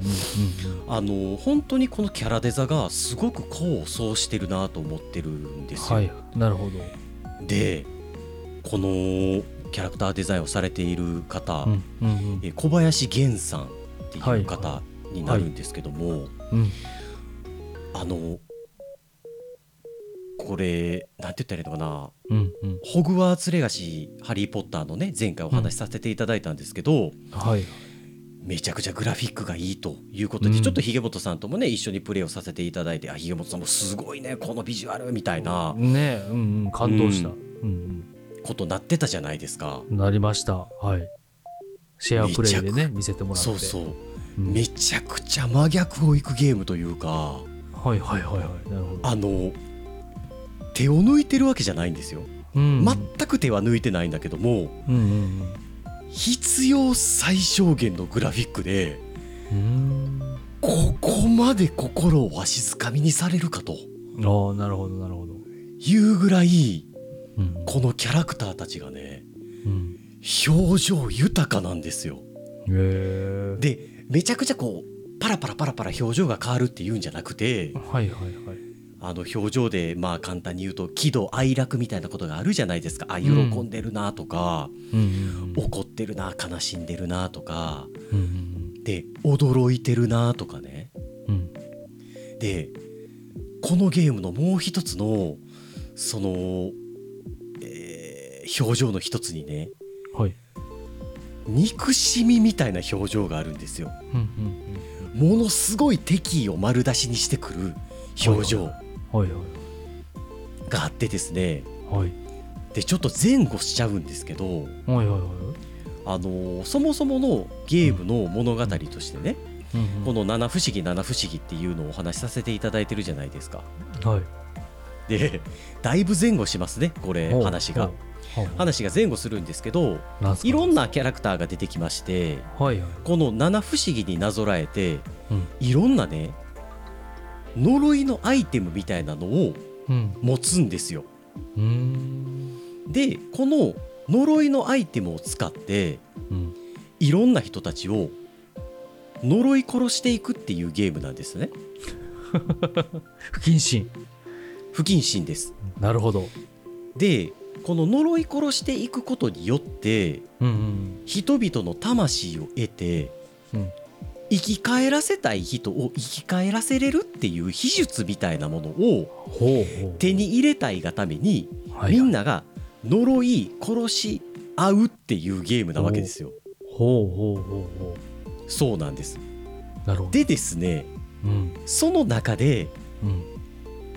あの本当にこのキャラデザがすごく功を奏してるなと思ってるんですよ。
はいなるほど
でこのキャラクターデザインをされている方、
うんうん
え小林源さんっていう方になるんですけども、
うんうん
あのこれなんて言ったらいいのかな
うんうん
「ホグワーツ・レガシー・ハリー・ポッター」のね前回お話しさせていただいたんですけど、
はい
めちゃくちゃグラフィックがいいということで、
うん
ちょっとひげもとさんともね一緒にプレーをさせていただいてあひげもとさんもすごいねこのビジュアルみたいな
ねえうんうん感動した
う
うん
ことになってたじゃないですか。
うんなりましたはいシェアプレイで
めちゃ
ね見せてもらって
そうそう
うん
めちゃくちゃ真逆をいくゲームというか
はいはいはいはいなるほど
あの手を抜いてるわけじゃないんですよ
うん
全く手は抜いてないんだけども
うんうん
必要最小限のグラフィックで
うんうん
ここまで心をわしづかみにされるかと
ああなるほどなるほど
いうぐらい
うん
このキャラクターたちがね
うん
表情豊かなんですよ
へえ
でめちゃくちゃこうパラパラパラパラ表情が変わるっていうんじゃなくて
はいはいはい
あの表情でまあ簡単に言うと喜怒哀楽みたいなことがあるじゃないですかあ喜
ん
んでるなとか、
うん
怒ってるな悲しんでるなとか
うん
で驚いてるなとかね
うんうん
でこのゲームのもう一つのその、えー表情の一つにね
はい
憎しみみたいな表情があるんですよ。
うん
ものすごい敵意を丸出しにしてくる表情
うんはい
があってですね
はいはい
でちょっと前後しちゃうんですけど、
はいはいはい
あのーそもそものゲームの物語としてね、
うん
この「七不思議七不思議」っていうのをお話しさせていただいてるじゃないですか。
はい
でだいぶ前後しますねこれ
ほう
話が
ほうほう
話が前後するんですけど
なんすか
いろんなキャラクターが出てきまして
はいはい
この七不思議になぞらえて
うん
いろんなね呪いのアイテムみたいなのを
うん
持つんですよ
うーん
でこの呪いのアイテムを使って
うん
いろんな人たちを呪い殺していくっていうゲームなんですね
不謹慎
不謹慎です
なるほど
でこの呪い殺していくことによって
うんうん
人々の魂を得て
うん
生き返らせたい人を生き返らせれるっていう秘術みたいなものを
ほうほう
手に入れたいがために
はいはい
みんなが呪い殺し合うっていうゲームなわけですよ
ほうほうほうほ
そうなんです
うなるほど
でですね
うん
その中で
うん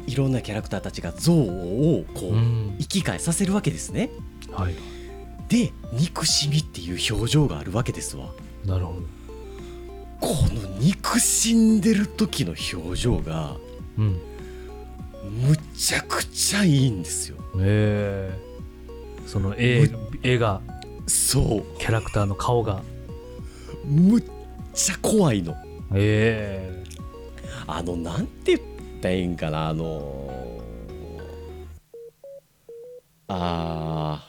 いろんなキャラクターたちが憎悪をこ
う
うん生き返させるわけですね
はい
で憎しみっていう表情があるわけですわ
なるほど
この憎しんでる時の表情が
うん
むちゃくちゃいいんですよ
ええその絵絵が
そう
キャラクターの顔が
むっちゃ怖いの
え
あのなんて言ったらいいんかなあのあ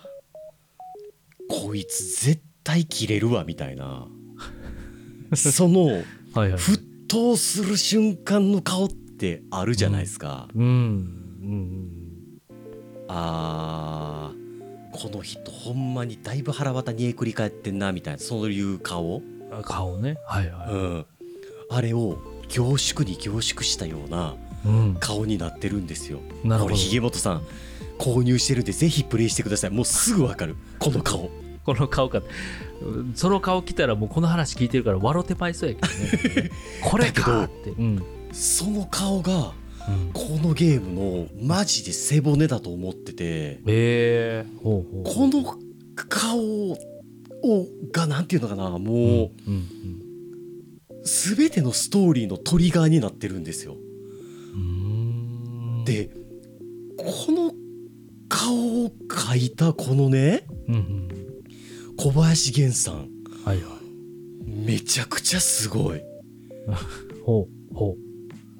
ーこいつ絶対切れるわみたいなその
えはいはい
沸騰する瞬間の顔ってあるじゃないですか、
うんうん
あーこの人ほんまにだいぶ腹渡にえくり返ってんなみたいなそういう顔、
うんあ顔ねはいは
うん、あれを凝縮に凝縮したようない
うん
顔になってるんですよ
なる
こ
ほ
れ
ど
ひげもとさん購入してるんでぜひプレイしてくださいもうすぐわかるこの顔
この顔かうんその顔来たらもうこの話聞いてるから笑ってまいそうやけ どねこれかってうん
その顔が
うん
このゲームのマジで背骨だと思ってて
ええほうほう
この顔をがなんていうのかな
うん
もう
うん
全てのストーリーのトリガーになってるんですよ
うんうん
でこの顔を描いたこのね
うんうん
小林源さん
はいは
めちゃくちゃすごい
いほうほ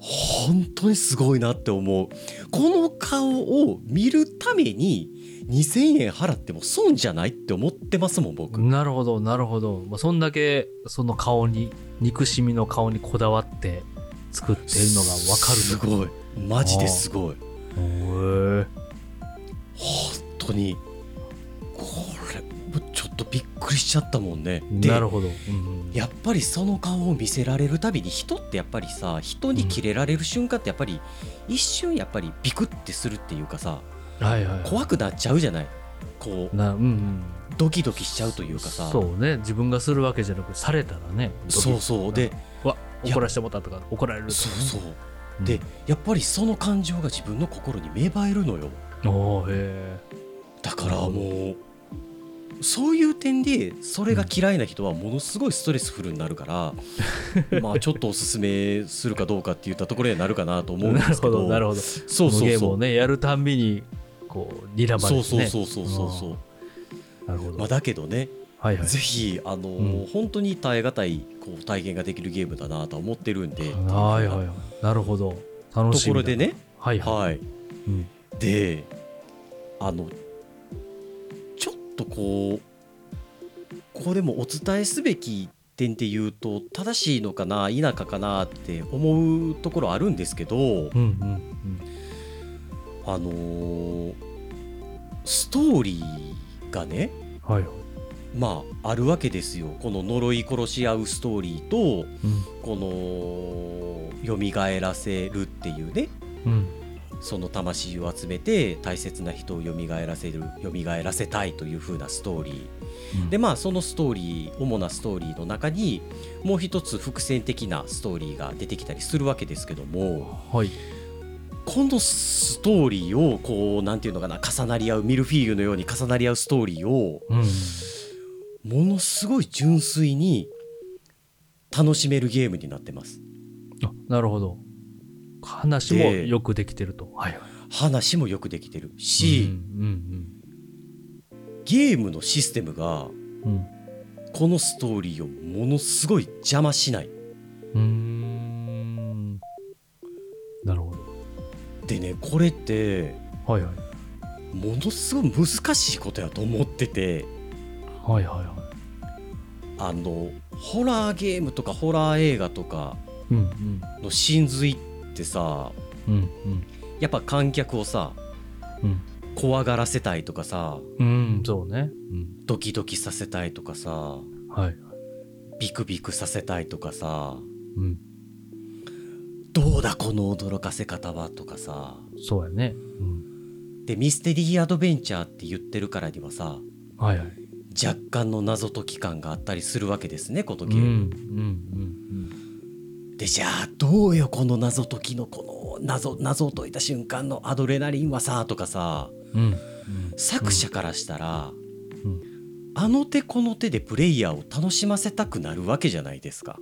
本当にすごいなって思うこの顔を見るために2000円払っても損じゃないって思ってますもん僕、
うなるほどなるほど、まあ、そんだけその顔に憎しみの顔にこだわって作ってるのがわかる
す
い
ごいマジですごい
へ
本当にこれちょっとびっくりしちゃったもんね
え
で
なるほど、うんうん
やっぱりその顔を見せられるたびに人ってやっぱりさ人にキレられる瞬間ってやっぱり一瞬やっぱりビクってするっていうかさ
はいはいはい
怖くなっちゃうじゃないこう
なうんうん
ドキドキしちゃうというかさ
そうね自分がするわけじゃなくされたらね
そうそうで
うわ
いや
怒らしてもらったとか怒られるとか、ね、
そうそう
うん
でやっぱりその感情が自分の心に芽生えるのよ
おーへ
だからもうそういう点でそれが嫌いな人はものすごいストレスフルになるから まあちょっとおすすめするかどうかって言ったところになるかなと思
え
うんで
なる
すけ
ほど
ど
なるほど
そう
この
そう
ゲーム
そ
を
う
ねやるたんびにこう睨まれて
そ
ね
うそうそうそうそうそう、
なるほど、
まあ、だけどね、
はいはい
ぜひあのー、
うん
本当に耐え難いこう体験ができるゲームだなとは思ってるんで、
はいはいはいなるほど楽
と
しみ
ころ
だ
でね
はいはい、
はい
うん
であのちょっとこうこれもお伝えすべき点で言うと正しいのかな否かかなって思うところあるんですけど
うんうん
あのーストーリーがね
うんはいはい
まああるわけですよこの呪い殺し合うストーリーとこの蘇らせるっていうね
うんうん
その魂を集めて大切な人を蘇らせる蘇らせたいという風なストーリー
うん
でまあそのストーリー主なストーリーの中にもう一つ伏線的なストーリーが出てきたりするわけですけども
はい
このストーリーをこうなんていうのかな重なり合うミルフィーユのように重なり合うストーリーを
うんうん
ものすごい純粋に楽しめるゲームになってます。
あなるほど話も
で
よくできてるとはいはい
話もよくできてるし、
うん
ゲームのシステムが
うんうん
このストーリーをものすごい邪魔しない
うんうーんなるほど
でねこれって
はいはい
ものすごい難しいことやと思ってて
はいはいは
あのホラーゲームとかホラー映画とか
いうん
の真髄ってさ
うんうん
やっぱ観客をさ
うん
怖がらせたいとかさ
うんうんそうねうん
ドキドキさせたいとかさ
はい
ビクビクさせたいとかさ
うん
どうだこの驚かせ方はとかさ
そうやねうん
でミステリーアドベンチャーって言ってるからにはさ
はいはい
若干の謎解き感があったりするわけですねこの
う
ゲ
ん
ー
う
ム。
ん
でじゃあどうよこの謎解きのこの謎謎を解いた瞬間のアドレナリンはさとかさ
うんうん
作者からしたら、
うん
あの手この手でプレイヤーを楽しませたくなるわけじゃないですか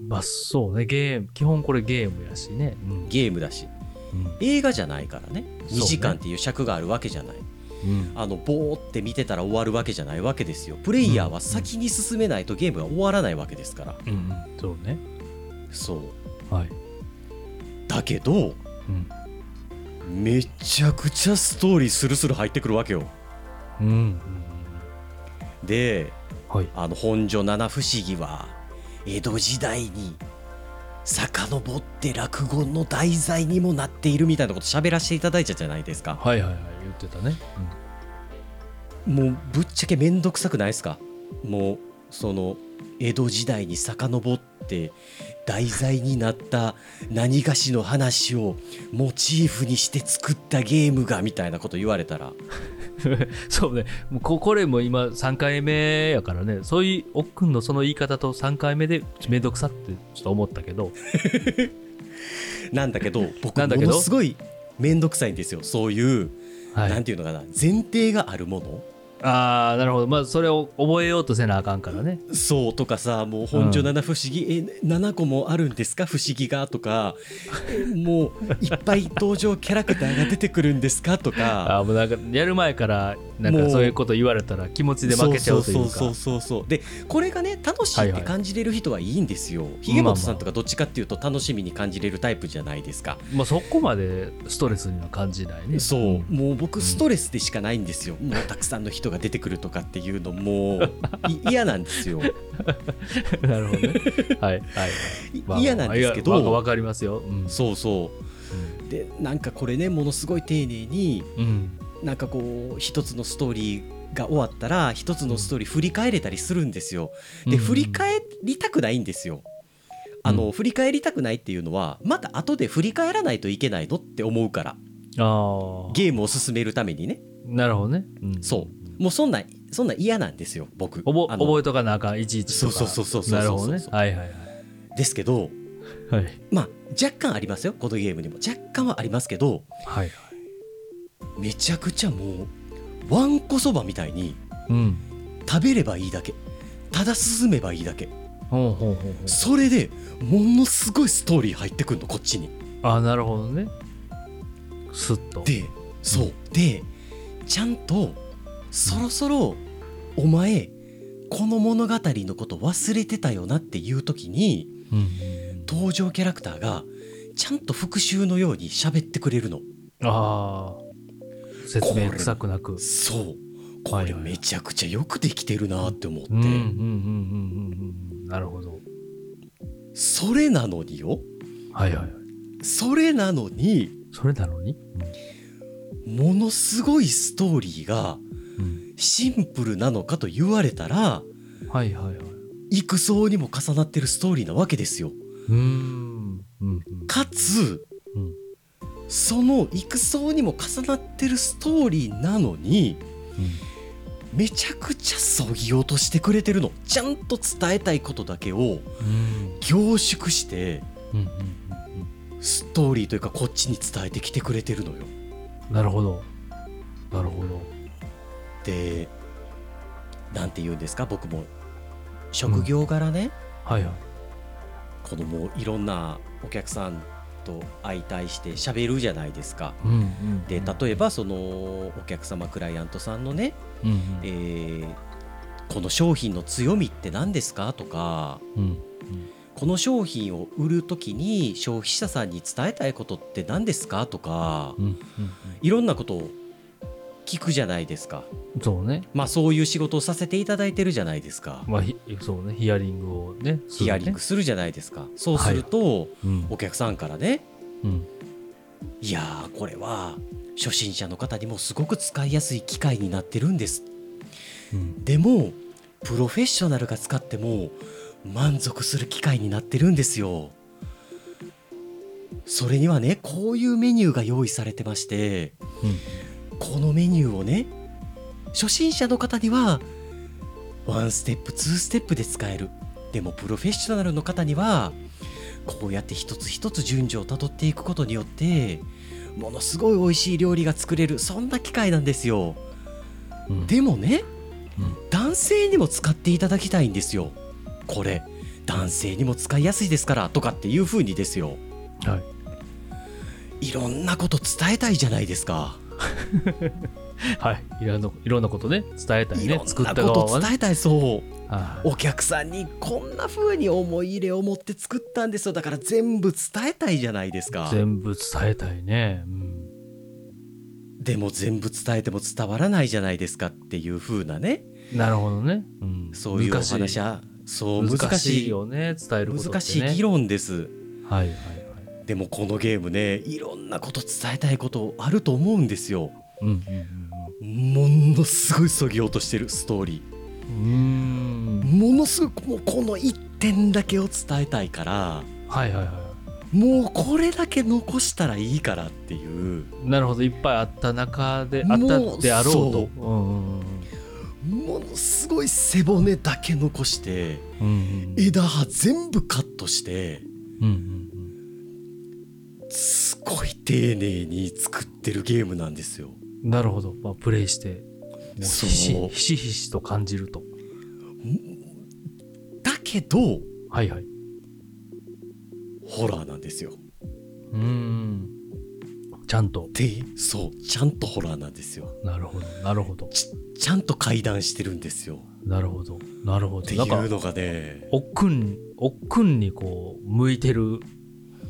うんまあそうねゲーム基本これゲームやしねうん
ゲームだし映画じゃないからね
そうね
2時間っていう尺があるわけじゃない、
うん
あのボーって見てたら終わるわけじゃないわけですよプレイヤーは先に進めないとゲームは終わらないわけですから
うんうんそうね
そう
はい
だけど
うん
めちゃくちゃストーリースルスル入ってくるわけよ
うんうん
で
はい
あの本所七不思議は江戸時代に遡って落語の題材にもなっているみたいなこと喋らせていただいたじゃないですか
はいはいはい言ってたね
もうぶっちゃけ面倒くさくないですかもうその江戸時代に遡って題材になった何かしの話をモチーフにして作ったゲームがみたいなこと言われたら
そうね、もうここれも今3回目やからね、そういうおっくんのその言い方と3回目でめんどくさってちょっと思ったけど、
なんだけ ど僕
な
も
んだけど
のすごい面倒くさいんですよそういう、
は
なん
い、
ていうのかな前提があるもの
ああ、なるほど、まあそれを覚えようとせなあかんからね。
そうとかさもう本所
うん
七不思議、え7個もあるんですか不思議がとかえもういっぱい登場キャラクターが出てくるんですかとか
あーもうなんかやる前からなん
もう
かそういうこと言われたら気持ちで負けちゃうという
そ
か
うそうそう。そうそうでこれがね楽しいって感じれる人はいいんですよ、ひげもとさんとかどっちかっていうと楽しみに感じれるタイプじゃないですか、
まあそこまでストレスには感じないね。
そう、
ん
もう僕ストレスでしかないんですよ、もうたくさんの人が出てくるとかっていうの もうい嫌なんですよ
なるほどね。はいはい。
い
まあ
嫌なんですけど、
いやわわかりますよ。うん。
そうそうでなんかこれねものすごい丁寧に
うん。
なんかこう一つのストーリーが終わったら一つのストーリー振り返れたりするんですよ
うん
で振り返りたくないんですよあの、
う
振り返りたくないっていうのはまた後で振り返らないといけないのって思うから
ああ。
ゲームを進めるためにね
なるほどね。うん
そうもうそんなそんな嫌なんですよ僕
おぼ
あの
覚えとかなあかんいちいちとか
そうそうそうそうそう
なるほどね
そうそうそう
はいはいはい
ですけど
はい
まあ若干ありますよこのゲームにも若干はありますけど
はいはい
めちゃくちゃもうわんこそばみたいに
うん
食べればいいだけただ進めばいいだけ
ほうほうほうほう
それでものすごいストーリー入ってくるのこっちに
あなるほどねすっと
でそうでちゃんとそろそろお前この物語のこと忘れてたよなっていう時に
うんうん
登場キャラクターがちゃんと復讐のように喋ってくれるの
あー説明臭くなく
そうこれめちゃくちゃよくできてるなって思って、
うんうんうんうんうんうんなるほど
それなのによ
はいはいはい
それなのに
それなのに
ものすごいストーリーが
うん、
シンプルなのかと言われたら
うん、はいはいはい
幾層にも重なってるストーリーなわけですよ
うーんうんうん
かつ、
うん
その幾層にも重なってるストーリーなのにめちゃくちゃそぎ落としてくれてるのちゃんと伝えたいことだけを
うん
凝縮して
うんうんうん
ストーリーというかこっちに伝えてきてくれてるのよ
うんなるほどなるほど
でなんて言うんですか僕も職業柄ね、
はいはい
このもういろんなお客さんと相対して喋るじゃないですか。
うんうん
で例えばそのお客様クライアントさんのね、
うん
えーこの商品の強みって何ですかとか
うんうん
この商品を売る時に消費者さんに伝えたいことって何ですかとか
うん
いろんなことを聞くじゃないですか。
うんそうね
まあそういう仕事をさせていただいてるじゃないですか。
まあひそうねヒアリングをね
ヒ
するね
アリングするじゃないですか。そうすると、
うん
お客さんからね、
うん
いやーこれは初心者の方にもすごく使いやすい機械になってるんです。
うん
でもプロフェッショナルが使っても満足する機械になってるんですよ。それにはねこういうメニューが用意されてましてこのメニューをね初心者の方には1ステップ2ステップで使えるでもプロフェッショナルの方にはこうやって一つ一つ順序をたどっていくことによってものすごい美味しい料理が作れるそんな機会なんですよ
うん
でもね、
うん
男性にも使っていただきたいんですよこれ男性にも使いやすいですからとかっていう風にですよ
はい
いろんなこと伝えたいじゃないですか
はいいろんないろんなことね伝えたい
いろ
ね作
ん
っ
な
た
こと
側
を
はね
伝えたいそう
はい
お客さんにこんな風に思い入れを持って作ったんですよだから全部伝えたいじゃないですか
全部伝えたいねうん
でも全部伝えても伝わらないじゃないですかっていう風なね
なるほどねうん
そういうお
難し
話はそう難しい
難
難
し
し
い
い,、
よね伝えることってね
議論です
はいはいはい
でもこのゲームねいろんなこと伝えたいことあると思うんですよ
うんうん
ものすごいそぎ落としてるストーリ
うんうん
ー
うーん
ものすごくもうこの一点だけを伝えたいから
はいはいは
もうこれだけ残したらいいからっていう
いなるほどいっぱいあった中であったであろうとうんうん
ものすごい背骨だけ残して
うんうんうん
枝葉全部カットして
うんうん
すごい丁寧に作ってるゲームなんですよ
うんなるほどまあプレイしてもうひ
そう
しひしひしと感じると
だけど
はいはい
ホラーなんですよ
うーんちゃんと
でそうちゃんとホラーなんですよ
なるほどなるほど
ちちゃんと階段してるんですよ
なるほどなるほ
って
ど
い
なんか
うのがね
おっくんおっくんにこう向いてる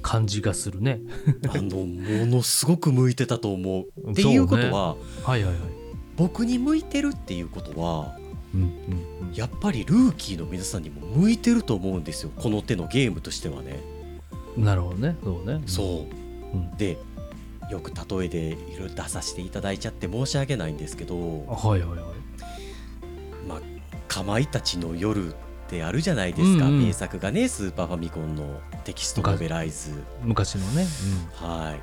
感じがするね
あのものすごく向いてたと思う。って
そう
い
ね
うことは、
はいはいはい
僕に向いてるっていうことは
うんうんうん
やっぱりルーキーの皆さんにも向いてると思うんですよこの手のゲームとしてはね。
なるほどねそうね
そう、
うん
でよく例えでいろいろ出させていただいちゃって申し訳ないんですけど、
はいはいはい
まあ、かまいたちの夜ってあるじゃないですか、
うんうん
名作がねスーパーファミコンのテキストノベライズ。
昔のね
は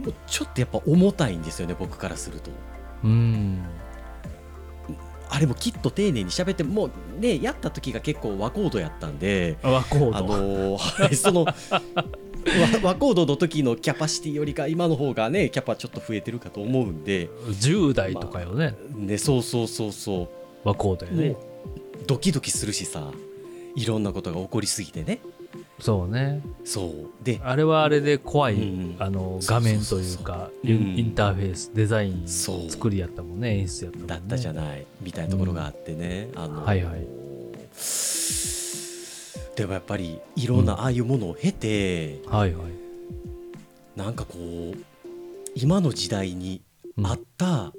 いもうちょっとやっぱ重たいんですよね僕からすると。
うん、うん、
あれもきっと丁寧に喋ってもうねやった時が結構和コードやったんで
和コー
あ
ド
のーはいそのわ 和コードの時のキャパシティよりか今の方がねキャパちょっと増えてるかと思うんで
10代とかよね
ねそうそうそうそ
和コードや
うも
ね
うドキドキするしさいろんなことが起こりすぎてね
そうね
そうで
あれはあれで怖い、
うん
あの
そう
画面というか
そうそうそううん
インインターフェースデザイン
そう
作りやったもんね演出やったもんね
だったじゃ
ん
ないみたいなところがあってね、あのー
はいはい
でもやっぱりいろんなああいうものを経て、
はいはい
なんかこう今の時代に
うん
あった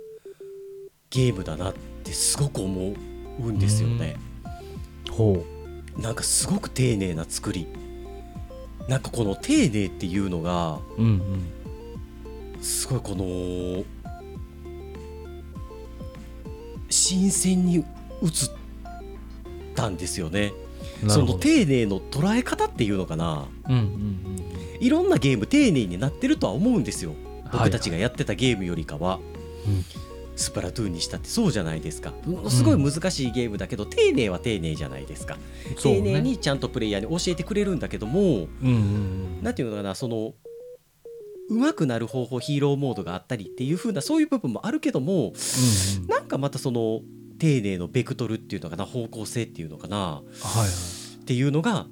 ゲームだなってすごく思うんですよね、
ほ
なんかすごく丁寧な作りなんかこの丁寧っていうのが
ううんうん
すごいこの新鮮に映ったんですよね
な
そ
るほ
の
ど
丁寧の捉え方っていうのかな
うんうん
いろんなゲーム丁寧になってるとは思うんですよ
うん
僕たちが
はい
やってたゲームよりかは、
うん
スプラトゥーンにしたってそうじゃないですかものすごい難しいゲームだけど、丁寧は丁寧じゃないですか、
はいそう
丁
ね
寧にちゃんとプレイヤーに教えてくれるんだけども
うんうんうん
なんていうのかなその上手くなる方法ヒーローモードがあったりっていう風なそういう部分もあるけども
うんうん
なんかまたその丁寧のベクトルっていうのかな方向性っていうのかな
はいはい
っていうのが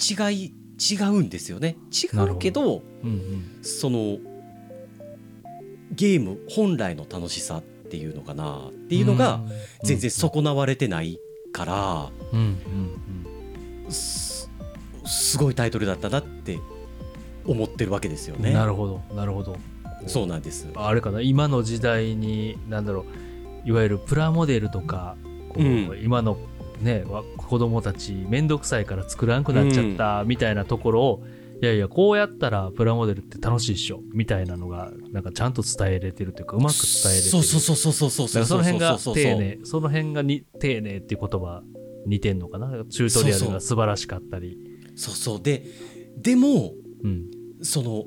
違い違うんですよね違うけど
うん
そのゲーム本来の楽しさっていうのかなっていうのが全然損なわれてないから、
うんうん
すすごいタイトルだったなって思ってるわけですよ
うん
ね。
なるほどなるほど
そうなんです。
あれかな今の時代に何だろういわゆるプラモデルとかこう、
うん
今のねわ子供たち面倒くさいから作らんくなっちゃったみたいなところを、いやいやこうやったらプラモデルって楽しいっしょみたいなのがなんかちゃんと伝えれてるというかうまく伝えれてる
そうそうそうそうそうそう
だか
そう
らその辺
そう
が
そうそう
丁寧その辺がに丁寧っていう言葉似てんのかなチュートリアルが素晴らしかったり
そうそうででも
うん
その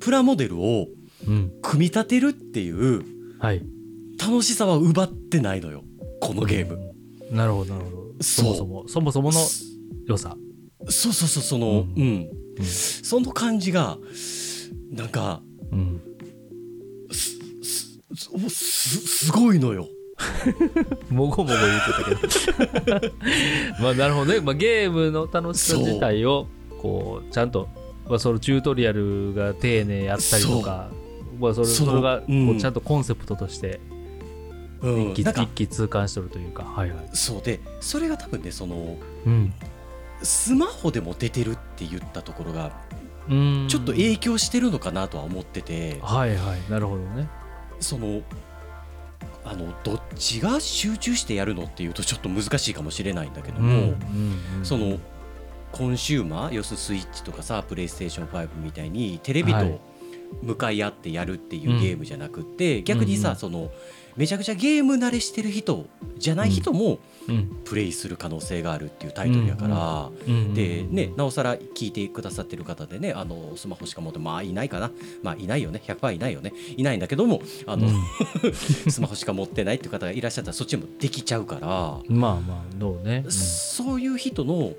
プラモデルを
うん
組み立てるっていう
はい
楽しさは奪ってないのよこのゲーム。
うんなるほどなるほどそ
そう
もそもそもそもの
そ
良さ
そうそうそうその、
う
うんん、その感じがなんか
うん
すすすすすごいのよ。
もごもご言ってたけど まあなるほどね、まあ、ゲームの楽しさ自体をこうちゃんと、まあ、そのチュートリアルが丁寧やったりとかまあ、それ
そ
そ
の
れがこ
う
うんちゃんとコンセプトとして
うん
一気,、
なんか
一気通貫しとるというかはいはい、
そうでそれが多分ねその
うん、
スマホでも出てるって言ったところが
うん
ちょっと影響してるのかなとは思ってて、
はいはいなるほどね
そのあのどっちが集中してやるのっていうとちょっと難しいかもしれないんだけども、
うん
そのコンシューマー要するにスイッチとかさプレイステーション5みたいにテレビ
は
と
い
向かい合ってやるってい
うん
うゲームじゃなくって、逆に
うんう
さ
ん
そのめちゃくちゃゲーム慣れしてる人じゃない人も
うん
プレイする可能性があるっていうタイトルやから。
うん
でね、なおさら聞いてくださってる方でねあのスマホしか持ってまあいないかなまあいないよね100%いないよねいないんだけどもあの、 スマホしか持ってないっていう方がいらっしゃったらそっちもできちゃうから、
うんまあまあどうね、
そういう人の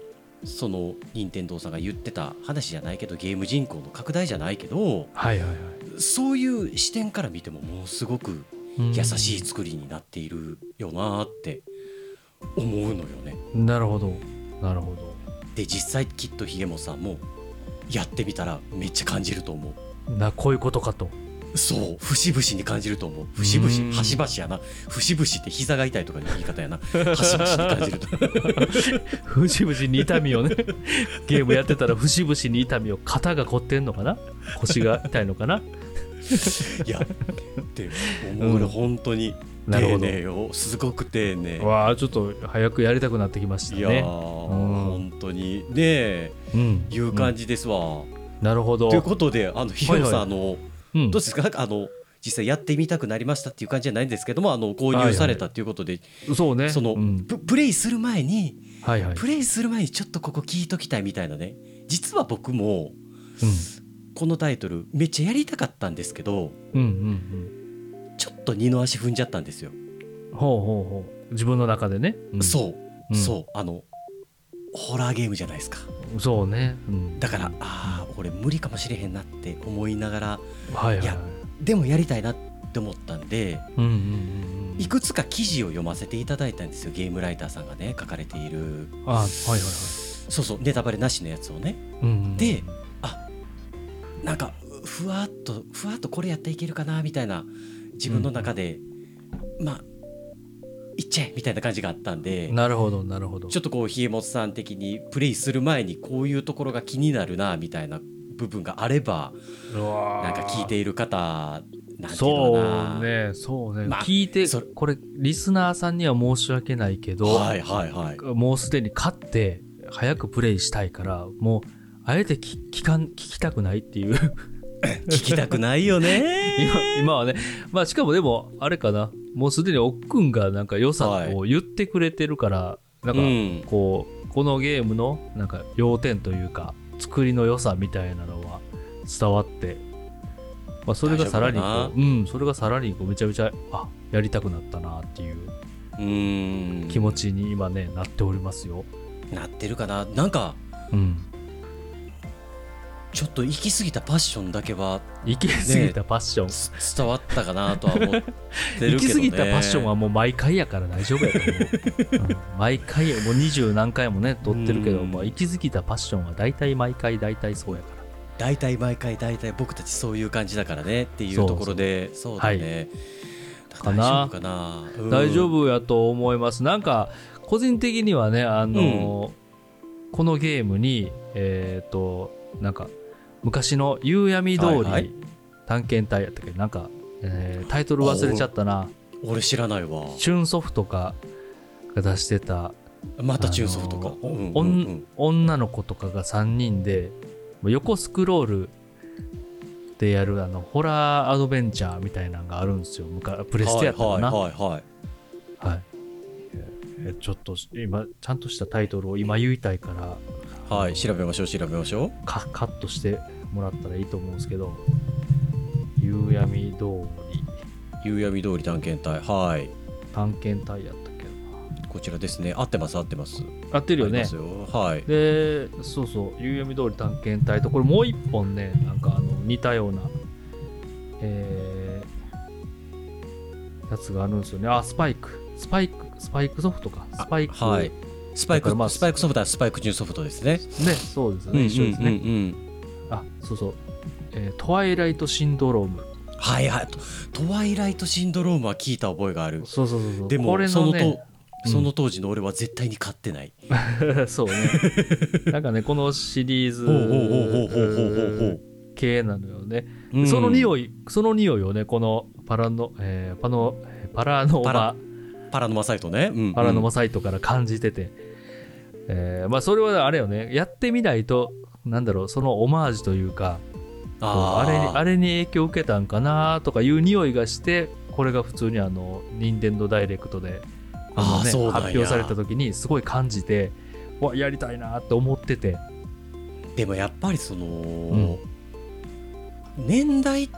その任天堂さんが言ってた話じゃないけどゲーム人口の拡大じゃないけど
はいはいはい
そういう視点から見てもものすごく
うん
優しい作りになっているよなーって思うのよね。
なるほどなるほど
で実際きっとひげもさんもやってみたらめっちゃ感じると思
なこういうことかと
うそう節々に感じると思う節
うん
々端々やな節々って膝が痛いとかの言い方やな端々に感じると
節々に痛みをね ゲームやってたら節々に痛みを肩が凝ってんのかな腰が痛いの かない
やって思う
うん
俺本当に
なる
丁
ほど
寧よすごく丁寧
わあちょっと早くやりたくなってきました
いやー
ね
本当にねえ
うん
いう感じですわ。
うんなるほど
ということであのひろさん、
はい
あの
うん
どうですかあの実際やってみたくなりましたっていう感じじゃないんですけどもあの購
はいは
入
い
されたっていうことで、
そうね
その、
うん
ププレイする前に
はいはい
プレイする前にちょっとここ聞いときたいみたいなね実は僕もこのタイトルめっちゃやりたかったんですけど
うんうんうん
ちょっと二の足踏んじゃったんですよ。
うんほうほうほう自分の中でね
そう
うん
そうあのホラーゲームじゃないですか
うんそうねうん
だからああ俺無理かもしれへんなって思いながら
はいはい
い
はい
やでもやりたいなって思ったんで
うんうんうんうん
いくつか記事を読ませていただいたんですよゲームライターさんがね書かれている
あはいはいは
そうそうネタバレなしのやつをね
いうんうん
でなんかふわっとふわっとこれやっていけるかなみたいな自分の中で、まあいっちゃえみたいな感じがあったんで
なるほどなるほど
ちょっとこうひえもつさん的にプレイする前にこういうところが気になるなみたいな部分があればな
なん
か聞いている方なんていうのかな
そうねそうね、
まあ
聞いて
それ
これリスナーさんには申し訳ないけど、
はいはい はい
もうすでに勝って早くプレイしたいからもうあえて聞聞かん聞きたくない っていう
聞きたくないよね
今今はね、まあ、しかもでもあれかなもうすでにおっくんがなんか良さを言ってくれてるから、な
うんん
かこうこのゲームのなんか要点というか作りの良さみたいなのは伝わって、まあ、それがさらに
大丈夫
こ
か
う、うん、それがさらにこうめちゃめちゃあやりたくなったなっていう
うん
気持ちに今ね、なっておりますよ。
なってるかななんか
うん、
ちょっと行き過ぎたパッションだけは
行き過ぎたパッション、
す伝わったかなとは思ってるけど、ね、
行き過ぎたパッションはもう毎回やから大丈夫やと思う、うん毎回もう二十何回もね撮ってるけど、
うん
まあ、行き過ぎたパッションは大体毎回大体そうやから
大体毎回大体僕たちそういう感じだからねっていう
そう
ところでそうだね、
はい
大丈夫かな、うん
大丈夫やと思いますなんか個人的にはねあの、このゲームにえっ、となんか昔の夕闇通
はいはい
り探検隊やったっけど、なんか、えータイトル忘れちゃったな
俺知らないわ
チュンソフとかが出してた
またチューンソフとか、
あの
うんうん
お
うん
ん女の子とかが3人でもう横スクロールでやるあのホラーアドベンチャーみたいなのがあるんですよ昔プレステやったかな、
はいはいはいはい
はい。えちょっと今ちゃんとしたタイトルを今言いたいから
はい、調べましょう調べましょう
カカットしてもらったらいいと思うんですけど夕闇通り
夕闇通り探検隊はい
探検隊やったっけ
こちらですね合ってます合ってます
ど合ってるよ
合
ね
ってますよはい
でそうそう夕闇通り探検隊とこれもう一本ねなんかあの似たようなえーやつがあるんですよねあスパイクスパイクスパイクソフトかスパイク、
はいスパイ
だか
ク、
らまあ
スパイクソフトはスパイクチューンソフトですね
ねそうですよね、一緒ですね、
うんうんうん
あそうそう、えートワイライトシンドローム
うんはいはいトトワイライトシンドロームは聞いた覚えがある
そうそうそうそう
でも
これ
そ
の
の
ね
と
うん
その当時の俺は絶対に買ってない、
そうねなんかねこのシリーズ
ほうほうほうほうほうほうほう
系なのよね、
ほう
その
い
匂いその匂いをねこのパラノ、えーパノパラノ
パラ
マ
パラノマサイトね、うんうん
パラノマサイトから感じてて、えーまあそれはあれよねやってみないとなんだろうそのオマージュというかこうあ
あ
れ
れ
にあれに影響を受けたんかなとかいう匂いがしてこれが普通にあの任天堂ダイレクトでこの
あー
ね
そうなんや
発表された時にすごい感じてうわやりたいなって思ってて
でもやっぱりその、年代っ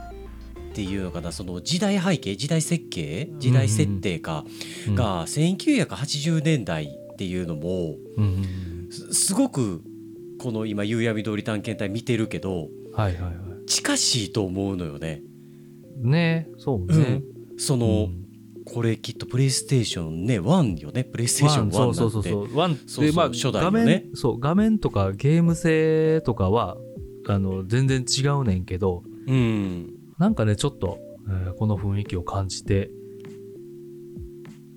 ていうのかなその時代背景時代設計時代設定か
うん
が1980年代っていうのも
うんうん
すすごくこの今夕闇通り探検隊見てるけど
うんはいはいはい
近しいと思うのよね。
ねそう
う
ね
ん、その、これきっとプレイステーションね1よねプレイステーション1
そ
なん
う
て
そうそうそうワンで
そうそう
まあ
初代
画
の
面、
ね
そう画面とかゲーム性とかはあの全然違うねんけど
うん、
なんかねちょっと、えーこの雰囲気を感じて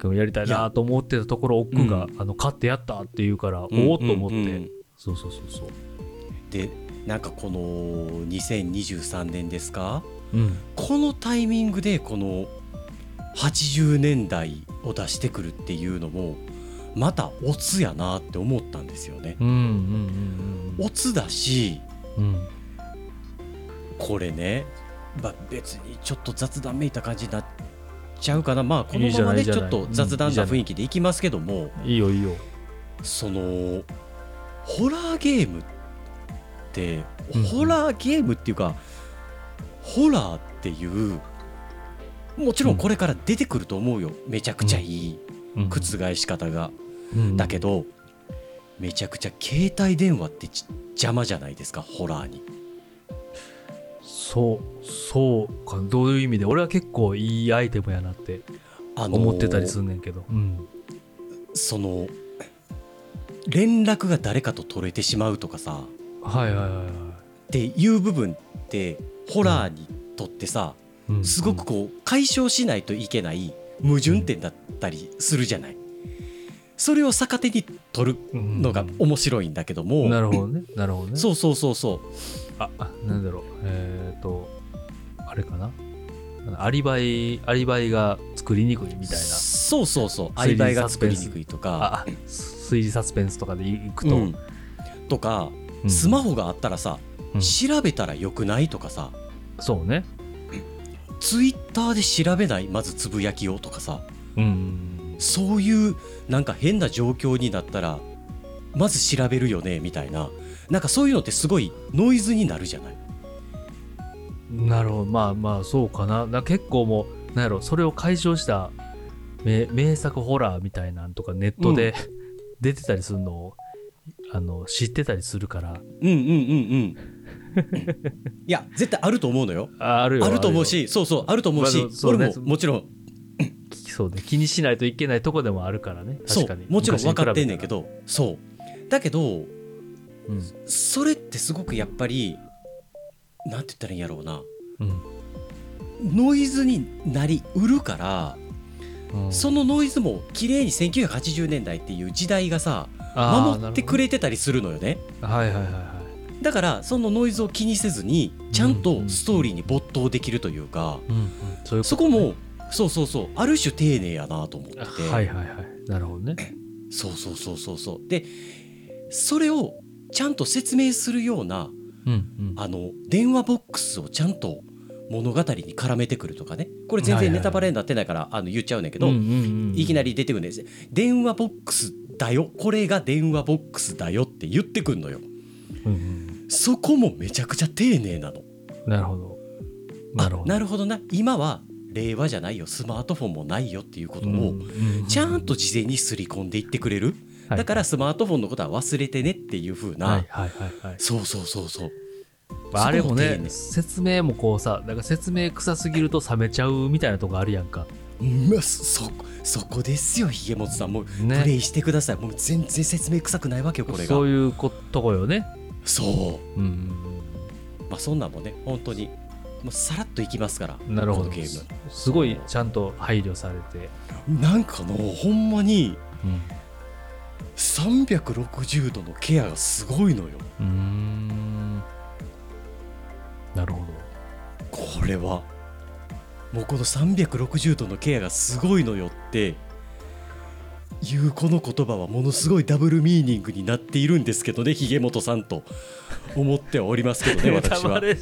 こうやりたい
い
な
や
と思ってたところ奥が、あの買ってやったって言うから、おおっと思って、
うんうんうん
そうそうそうそう
でなんかこの2023年ですか
うん
このタイミングでこの80年代を出してくるっていうのもまたオツやなって思ったんですよね。
うん
オツだし
うんうんうんうん
これね、まあ、別にちょっと雑談めいた感じになっちゃうかなまあこ
い
の
いじゃ
まま
ないい
ね
いじ
ち
ゃ
ょ
ない
っと雑談な雰囲気でいきますけども
いいよいいよ
そのホラーゲームって
うん
ホラーゲームっていうかホラーっていうもちろんこれから出てくると思うよめちゃくちゃいい
うん
覆し方が
うん
だけどめちゃくちゃ携帯電話ってじ邪魔じゃないですかホラーに
そうそうかどういう意味で俺は結構いいアイテムやなって
あのー
思ってたりすんねんけど、うん
その連絡が誰かと取れてしまうとかさ
はいはいはいはい
っていう部分ってホラーにとってさ、
うん
すごくこう解消しないといけない矛盾点だったりするじゃない。それを逆手に取る
うん
のが面白いんだけども、
なるほどねなるほどね
そうそうそうそう
ああなんだろうえっ、とあれかなあのアリバイアリバイが作りにくいみたいな
そうそうそう
推理
相が
サス
作
ペン
り
ス
にくいとか
ああ推理サスペンスとかでいくと、
うんとか、
うん
スマホがあったらさ、
うん
調べたらよくないとかさ
そうね
ツイッターで調べないまずつぶやきをとかさ
うん
そういうなんか変な状況になったらまず調べるよねみたいななんかそういうのってすごいノイズになるじゃない。
なるほどまあまあそうかなな結構もうなんやろそれを解消した名名作ホラーみたいなんとかネットで、 出てたりするのをあの知ってたりするから
うんうんうんうんいや絶対あると思うのよ
ああるよ
あると思う
よ
しそうそうあると思うし、
まあそうね
俺ももちろん
そうね気にしないといけないとこでもあるからね
そ
確か
う
に
もちろん分かってんねんけ
ど、
どそうだけど
うん
それってすごくやっぱりなんて言ったらいいんやろうな
うん
ノイズになりうるから、
うん
そのノイズも綺麗に1980年代っていう時代がさ
あー
守ってくれてたりするのよね
なるほどはいはいはいは
だからそのノイズを気にせずにちゃんとストーリーに没頭できるというか、
い、うんうん、そういうことね
そこもそうそうそうある種丁寧やなと思ってて、
はいはいはいなるほどね
そうそうそうそうそうでそれをちゃんと説明するような
うんうん
あの電話ボックスをちゃんと物語に絡めてくるとかねこれ全
はい
然
はいは
ネ
い
タバレになってないからあの言っちゃうんだけど、
うんうんうん
いきなり出てくるんです電話ボックスだよこれが電話ボックスだよって言ってくんのよ
うんうん
そこもめちゃくちゃ丁寧なの
なるほど
あ
なるほど
なるほどな今は令和じゃないよスマートフォンもないよっていうことをちゃんと事前に刷り込んでいってくれる、だかららスマートフォンのことは忘れてねっていう風な、
はいはいはいはい
そうそうそうそう
まあ、あれも
そこも丁
ね
寧
説明もこうさなんか説明臭すぎると冷めちゃうみたいなとこあるやんか
うんそそこですよひげもつさんもうプレ
ね
イしてくださいもう全然説明臭くないわけよこれが
そ
そうう
いうことこよねうん
まあそんなんもね本当にもうさらっといきますから
なるほ
こ
ど
のゲー
すごいちゃんと配慮されて、
ムなんかもうほんまに
うん
360度のケアがすごいのよ
うーんなるほ
これはもうこの360度のケアがすごいのよっていうこの言葉はものすごいダブルミーニングになっているんですけどねひげもとさんと思ってはおりますけど ね
ど。ネタ
私
バ
は。
レ、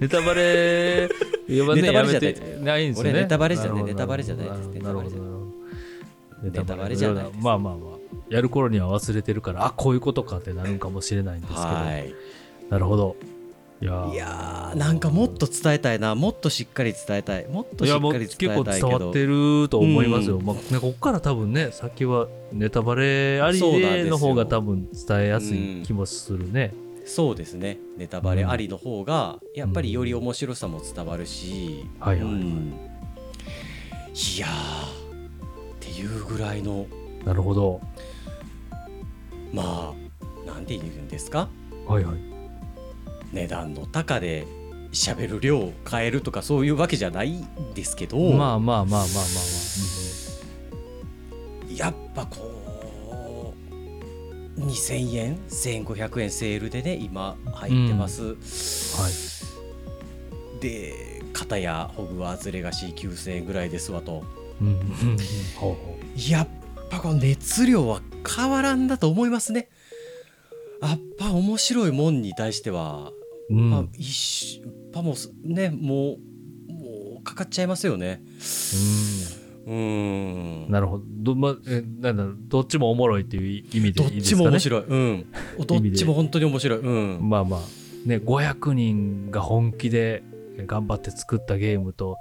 ネタバレ、呼ばんね
ネタ
や
バレじ
め
ゃない
てないんですよね。
俺ネタバレじゃない
るほど
ネタバレじゃないです
なるほど。なるほど
タバレじゃないです
まあまあまあ、やる頃には忘れてるから、あこういうことかってなるんかもしれないんですけど、
はい
なるほど。いやー
いやーなんかもっと伝えたいなもっとしっかり伝えたいもっと
い
しっ
やもう
かり
結
伝え
構
たいけど
伝わってると思いますよ、
うん
まあね、ここから多分ね先はネタバレあり
そうなんで
です
よ
の方が多分伝えやすい気もするね、
そうですねネタバレありの方がやっぱりより面白さも伝わるし、
うんはいはいはい
んいやーっていうぐらいの
なるほど
まあなんて言うんですか
はいはい
値段の高で喋る量を変えるとかそういうわけじゃないんですけど、
まあまあまあまあまあまあ、
やっぱこう2000円1500円セールでね今入ってます、
はい
で片やホグワーツレガシー9000円ぐらいですわと
うんうんうんほうほ
やっぱこの熱量は変わらんだと思いますねやっぱ面白いもんに対しては、
ううん
まあ一緒やっぱもうすねもうもうかかっちゃいますよねうー
うんんなるほどど,、まあ、えなんだろうどっちもおもろいっていう意味で
ど
い
っ
いです
ち
かね
も面白い、うん、どっちも本当に面白い、うん、
まあまあね500人が本気で頑張って作ったゲームと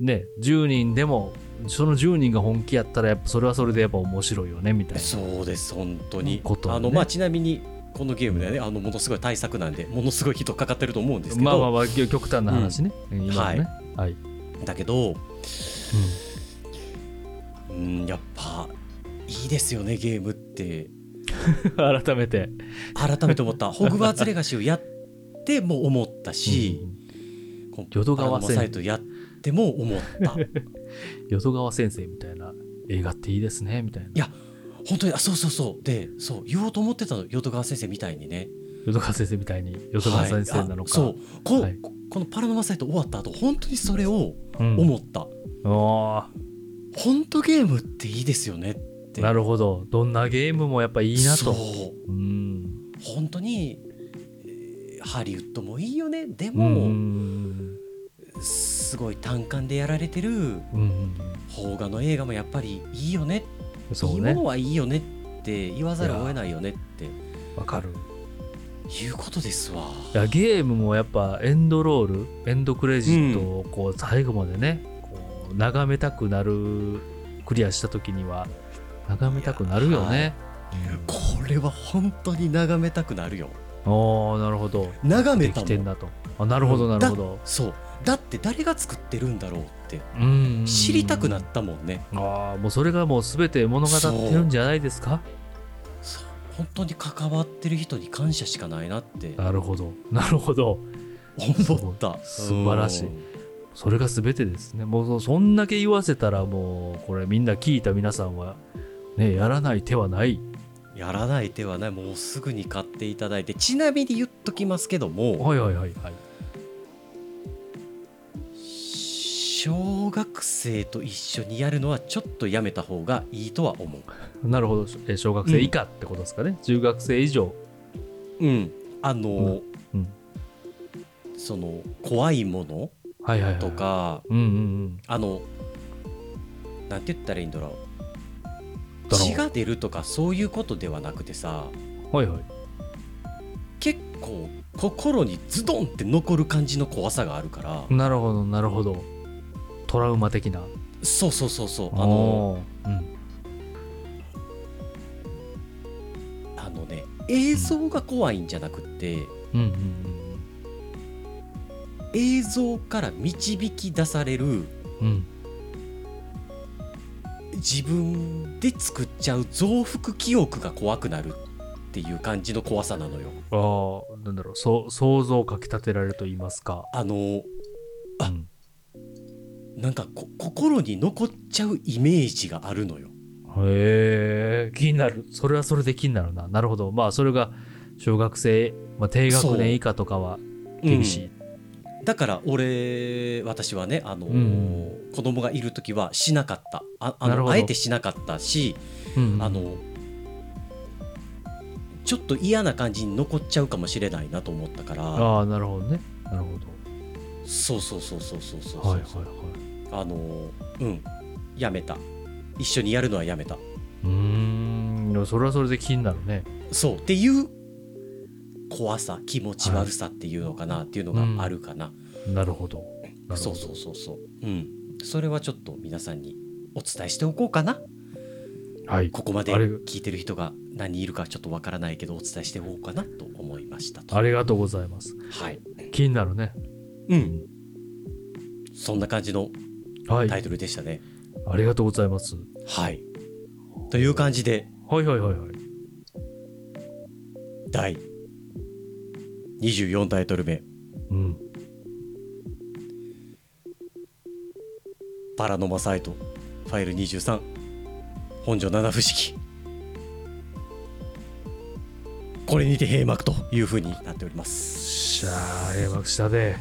ね10人でもその10人が本気やったらやっぱそれはそれでやっぱ面白いよねみたいな
そうです本当に、
こと
あ
はね
のまあちなみにこのゲームではねあのものすごい対策なんでものすごい人かかってると思うんですけど、
まあまあまあ極端な話ね、今のねはい、
だけど、うん、やっぱいいですよねゲームって
うん 改めて
改めて思 った「ホグワーツ・レガシー」をやっても思ったし「この
淀川
パラノ
線
マサイト」やっても思った
うん淀川先生みたいな映画っていいですねみたいな
や本当にあそうそうそうでそう言おうと思ってたの淀川先生みたいにね
淀川先生みたいに淀川先生なのか、
はいあそうこ,、
はい
このパラノマサイト終わった後本当にそれを
うん
思った、
あ
本当ゲームっていいですよねって
ーなるほどどんなゲームもやっぱいいな
そう
とうん
本当にえーハリウッドもいいよねで
うんう
も
ん
すごい単管でやられてる
うん
邦画の映画もやっぱりいいよね
そ
いうい
ね
ものはいいよねって言わざるを得ないよねって
わかる
いうことですわ
いやゲームもやっぱエンドロールエンドクレジットをこう最後までね、こう眺めたくなるクリアした時には眺めたくなるよね、
これは本当に眺めたくなるよ
うああなるほど
眺め
で
た
き
も
てん
ん
だとあなるほどなるほど
そうだって誰が作ってるんだろうって
うんうんうん
知りたくなったもんね
ああもうそれがもう全て物語ってるんじゃないですか
そう本当に関わってる人に感謝しかないなって
なるほど なるほど
思った
そう素晴らしい
うん
それが全てですねもうそそんだけ言わせたらもうこれみんな聞いた皆さんはねやらない手はない
やらない手はないもうすぐに買っていただいてちなみに言っときますけども
はいはいはいはい
小学生と一緒にやるのはちょっとやめた方がいいとは思
なるほどえ小学生以下ってことですかね、中学生以上
ううんあの、
うん
その怖いもの
はいはいはい
とか
うんうん
あのなんて言ったらいいんだろ
うん
う血が出るとかそういうことではなくてさ
はいはい
結構心にズドンって残る感じの怖さがあるから、
なるほどなるほどトラウマ的な
そうそうそうそうあの
おーうん
あのね映像が怖いんじゃなくって、
うんうんうん
映像から導き出される
うんうん
自分で作っちゃう増幅記憶が怖くなるっていう感じの怖さなのよ
ああなんだろうそう想像をかきたてられると言いますか
あのあ
うん
なんかこ心に残っちゃうイメージがあるのよ
へえ気になるそれはそれで気になるななるほどまあそれが小学生、まあ、低学年以下とかは厳しい
だから俺私はねあの、
うん
子供がいる時はしなかったああ
なるほ
の
ど
あえてしなかったし、
うんうん
あのちょっと嫌な感じに残っちゃうかもしれないなと思ったから
ああなるほどねなるほ
そうそうそうそうそうそう
ど
そう、
はいはいはい
あのうんやめた一緒にやるのはやめた
うーんでもそれはそれで気になるね
そうっていう怖さ気持ち悪さっていうのかな、っていうのがあるかな、
なるほどなるほど
そうそうそうそううんそれはちょっと皆さんにお伝えしておこうかな
はい
ここまで
あれ
聞いてる人が何人いるかちょっとわからないけどお伝えしておこうかなと思いましたと
ありがとうございます
はい
気になるね
うんそんな感じの
はい
タイトルでしたね
ありがとうございます
はいという感じで
はいはいはいはい
第24タイトル目
うん
パラノマサイトファイル23本所七不思議これにて閉幕というふうになっております
しゃあ閉幕したで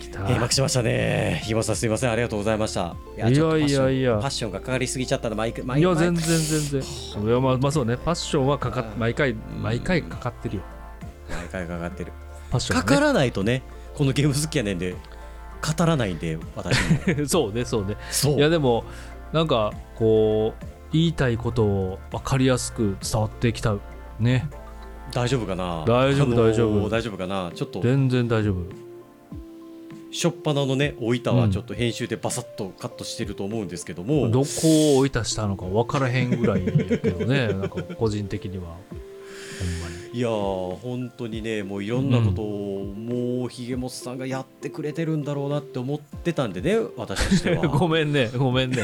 きた
閉幕しましたね日村さんすいませんありがとうございましたい
いや
ちょっとパッション
いやいや
パッションがかかりすぎちゃったのマイクマイ
い
ク
や
マイ
全
ク
然全然いやまあまあそうねパッションはかかっ毎回毎回かかってるよ
毎回かかってる
パッション、ね、
かからないとねこのゲーム好きやねんで語らないんで私 も
そうねそうね
そう
いやでもなんかこう言いたいことを分かりやすく伝わってきたね
大丈夫かな
大丈夫
あのー
大丈夫
大丈夫かなちょっと
全然大丈夫
初っ端のねおいたはちょっと編集でバサッとカットしてると思うんですけども、
どこを追い足したのか分からへんぐらいやけど ねなんか個人的にはほんまに
いやー本当にねもういろんなことを、もうひげもつさんがやってくれてるんだろうなって思ってたんでね私としては
ごめんねごめんね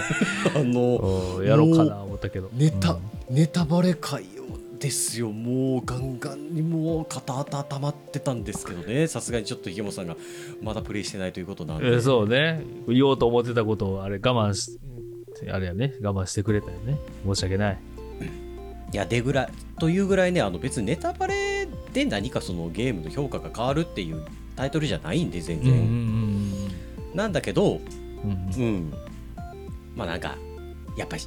あの
うん やろうかな思ったけど
ネタ、
うん
ネタバレ会をですよもうガンガンにもう片頭溜まってたんですけどねさすがにちょっとひげもつさんがまだプレイしてないということなん
え
で、
ーそうね言おうと思ってたことをあれ我慢しあれやね我慢してくれたよね申し訳ない
いやでぐらいというぐらいねあの別にネタバレで何かそのゲームの評価が変わるっていうタイトルじゃないんで全
うんうん
然、なんだけど
うんうん
う、ん、まあなんかやっぱり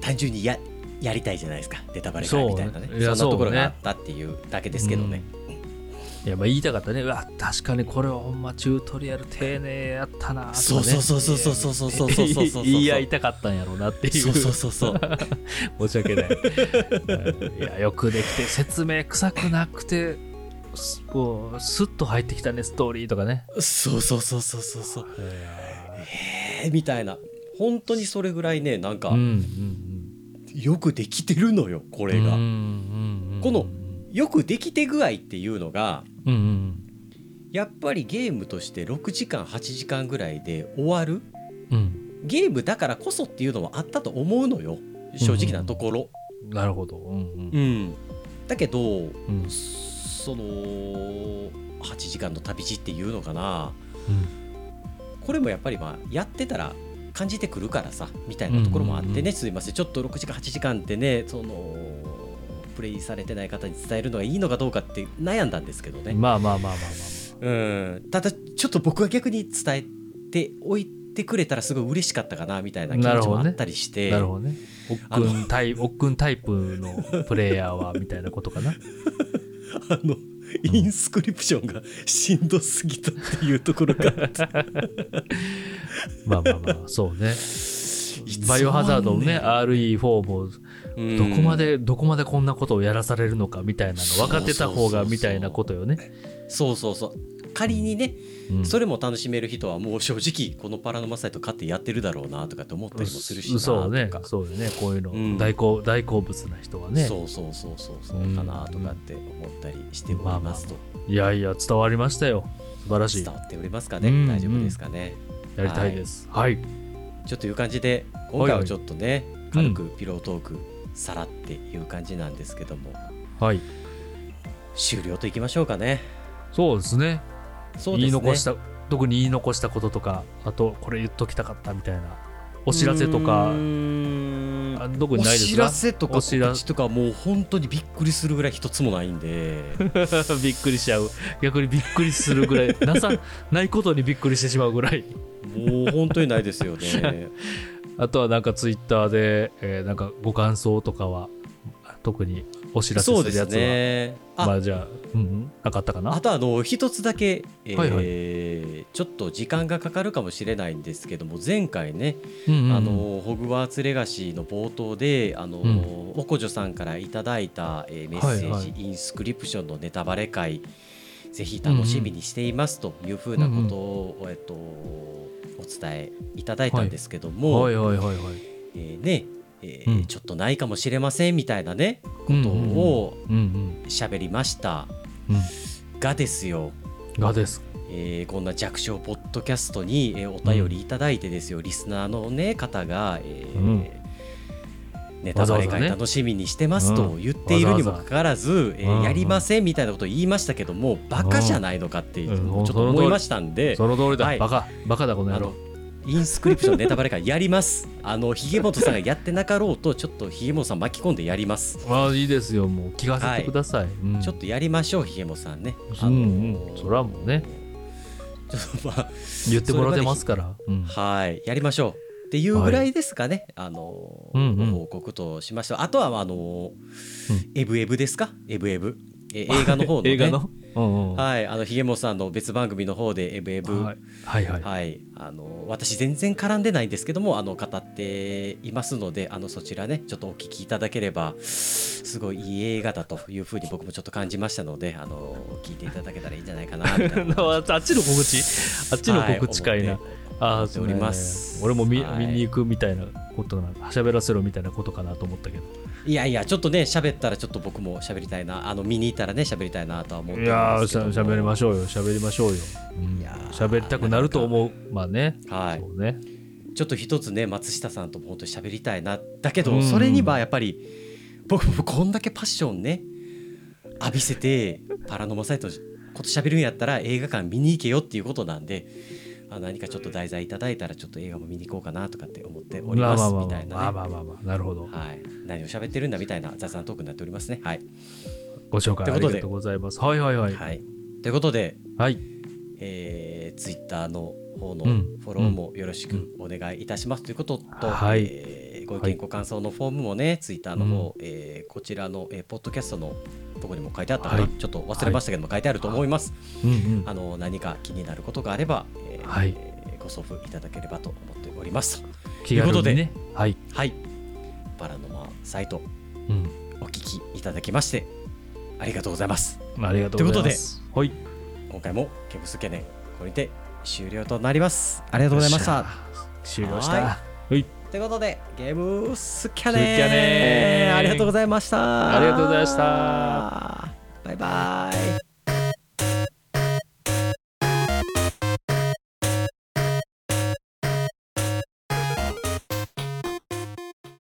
単純にややりたいじゃないですかネタバレが
そうね
みたいなねそ
いや
んなところ
そうね
があったっていうだけですけどね、
いやまあ言いたかったねうわ確かにこれはほんまチュートリアル丁寧やったなとかね
そうそうそうそうそうそうそうそうそうそうそう
言い合いたかったんやろうなっていう
そうそうそうそう
申し訳ないうんいやよくできて説明臭くなくてすこうスッと入ってきたねストーリーとかね
そうそうそうそうそうそうえー、みたいな本当にそれぐらいねなんか
うんうんうん
よくできてるのよこ
こ
れが、
こ
このよくできて具合っていうのが
うんうん
やっぱりゲームとして6時間8時間ぐらいで終わる
うん
ゲームだからこそっていうのはあったと思うのよ正直なところ。
うんなるほどうんうん
うんだけど
うん
その8時間の旅路っていうのかなこれもやっぱりまあやってたら感じてくるからさみたいなところもあってね、
うんうんうん
すいませんちょっと6時間8時間ってねそのプレイされてない方に伝えるのがいいのかどうかって悩んだんですけど
う
ね、
んまあまあまあまあまあ
うんただちょっと僕は逆に伝えておいてくれたらすごい嬉しかったかなみたいな気持ちもあったりして、
なるほどね。おっ
あ
く
の
んタイおっくんタイプのプレイヤーはみたいなこと かな。
あのインスクリプションがしんどすぎたっていうところがあって
まあまあまあ、そうね。
いつも
バイオハザードもね、
あ
RE4 も
うん
どこまで、どこまでこんなことをやらされるのかみたいなの分かってた
そ
方
うそうそう
が
そう
みたいなことよね。
そうそうそう仮にね
うん
それも楽しめる人はもう正直このパラノマサイト買ってやってるだろうなとかって思ったりもするしな
そうね
とか、
そうね、こういう
うん
の大好大好物な人はね。
そうそうそうそうそうかなとかって思ったりしておりますと、
いやいや、伝わりましたよ。素晴らしい
伝。わっておりますかね、
うん
大丈夫ですかね、
やりたいです。はい。
ちょっという感じで今回
は
はいちょっとね、軽くピロートークさらっていう感じなんですけども、
はい。
終了といきましょうかね
そうですね。
そうで
言い
すね
残した特に言い残したこととかあとこれ言っときたかったみたいなお知らせとか
うーん
あ特にないですか
お知らせとか
お知ら
告知とかもう本当にびっくりするぐらい一つもないんで
びっくりしちゃう逆にびっくりするぐらいなさないことにびっくりしてしまうぐらい
もう本当にないです よね
あとはなんかツイッターで、えーなんかご感想とかは特にお知らせ
そう
す
で
るや
す
つは、
ねあ、
まあじゃあ、うんうん、なかったか
あ
な
とあの一つだけ、えー
はいは
ちょっと時間がかかるかもしれないんですけども前回ね、
うんうんうん
あのホグワーツ・レガシーの冒頭であの、
うん
おこじょさんからいただいた、えーメッセージ、
はいはい
インスクリプションのネタバレ会ぜひ楽しみにしていますというふうなことを、えっと、お伝えいただいたんですけども、
はいはいはいはい
えーねえー
うん
ちょっとないかもしれませんみたいなねことを
うんうん
喋りました
うん
がですよ、
がです
えーこんな弱小ポッドキャストに、えーお便りいただいてですよ、リスナーの、ね、方が、えー
うん
ネタバレ
わざわざ
会
ね
楽しみにしてますと
うん
言っているにもかかわらず、えー
うんうん
やりませんみたいなことを言いましたけども、バカじゃないのかって、
うん
ち
うん
ょっと思いましたんで、
その通りだ、
はい
バカバカだこの
あ
野
の
郎
インスクリプションネタバレ会やります。あのひげもとさんがやってなかろうと、ちょっとひげもとさん巻き込んでやります。
まあいいですよもう聞かせてください、うん
ちょっとやりましょう、ひげもとさんね。
うんうんそらもうね。
ちょっとまあ
言ってもらってますから。うん
はい、やりましょうっていうぐらいですかね、あの、
うんうん
ご報告としました。あとは、あの、エブエブですか、エブエブ。え 映画の方の、ね、
映画の。うんうん
はい、あの、ひげもさんの別番組の方で、エブエブ。は
はいいはいはい。
あの私全然絡んでないんですけどもあの語っていますのであのそちらねちょっとお聞きいただければすごいいい映画だというふうに僕もちょっと感じましたのであの聞いていただけたらいいんじゃないかなみたいな
あっちの告知あっちの告知会
はい
な
思。
あ
思っております
そうね俺も見
はい
見に行くみたいなことなんか、喋らせろみたいなことかなと思ったけど。
いやいや、ちょっとね、喋ったらちょっと僕も喋りたいな、あの見に行ったらね、喋りたいなとは思って
いや
ま
ー
すけども
しゃべりましょうよ喋りましょうよ。うん
いやー
喋りたくなると思う。まあね。
はい
そうね。
ちょっと一つね、松下さんとも本当に喋りたいな、だけ
う
ど、
ん
それにはやっぱり、僕もこんだけパッションね、浴びせて、パラノマサイト、こと喋るんやったら映画館見に行けよっていうことなんで、あ何かちょっと題材いただいたら、ちょっと映画も見に行こうかなとかって思っており
ま
ま
あますあまあ
みた
まあ
い
まあ
なね。
まあまあまあなるほど。
はい、何を喋ってるんだみたいな雑談トークになっておりますね。はい。
ご紹介
というこ
あり
とで
がとうございます。はいはいはい。
はい、ということで、
はい。
えー、ツイッターの方の
うん
フォローもよろしくお願いいたしますということと、
はい
えーご意
は
見
い
ご感想のフォームもね、ツイッターの方、えーこちらの、えーポッドキャストのとこにも書いてあったかな、
はい
ちょっと忘れましたけども、書いてあると思います、
うんうん。
あの何か気になることがあれば、えー
はい
えーご送付いただければと思っております
気
とい
軽
うこと
に
で
ね。はい。
はいバラの間サイト
うん。
お聞きいただきましてありがとうございます
ありがとうございます。ということで、はい、
今回もケブスケネンこれにて終了となりますありがとうございました。
終了し
は
た。はい、
ということでゲームスキャ
スキャ
ネ
ネ
ー
ー
ありがとうございました
ありがとうございました
バイバイ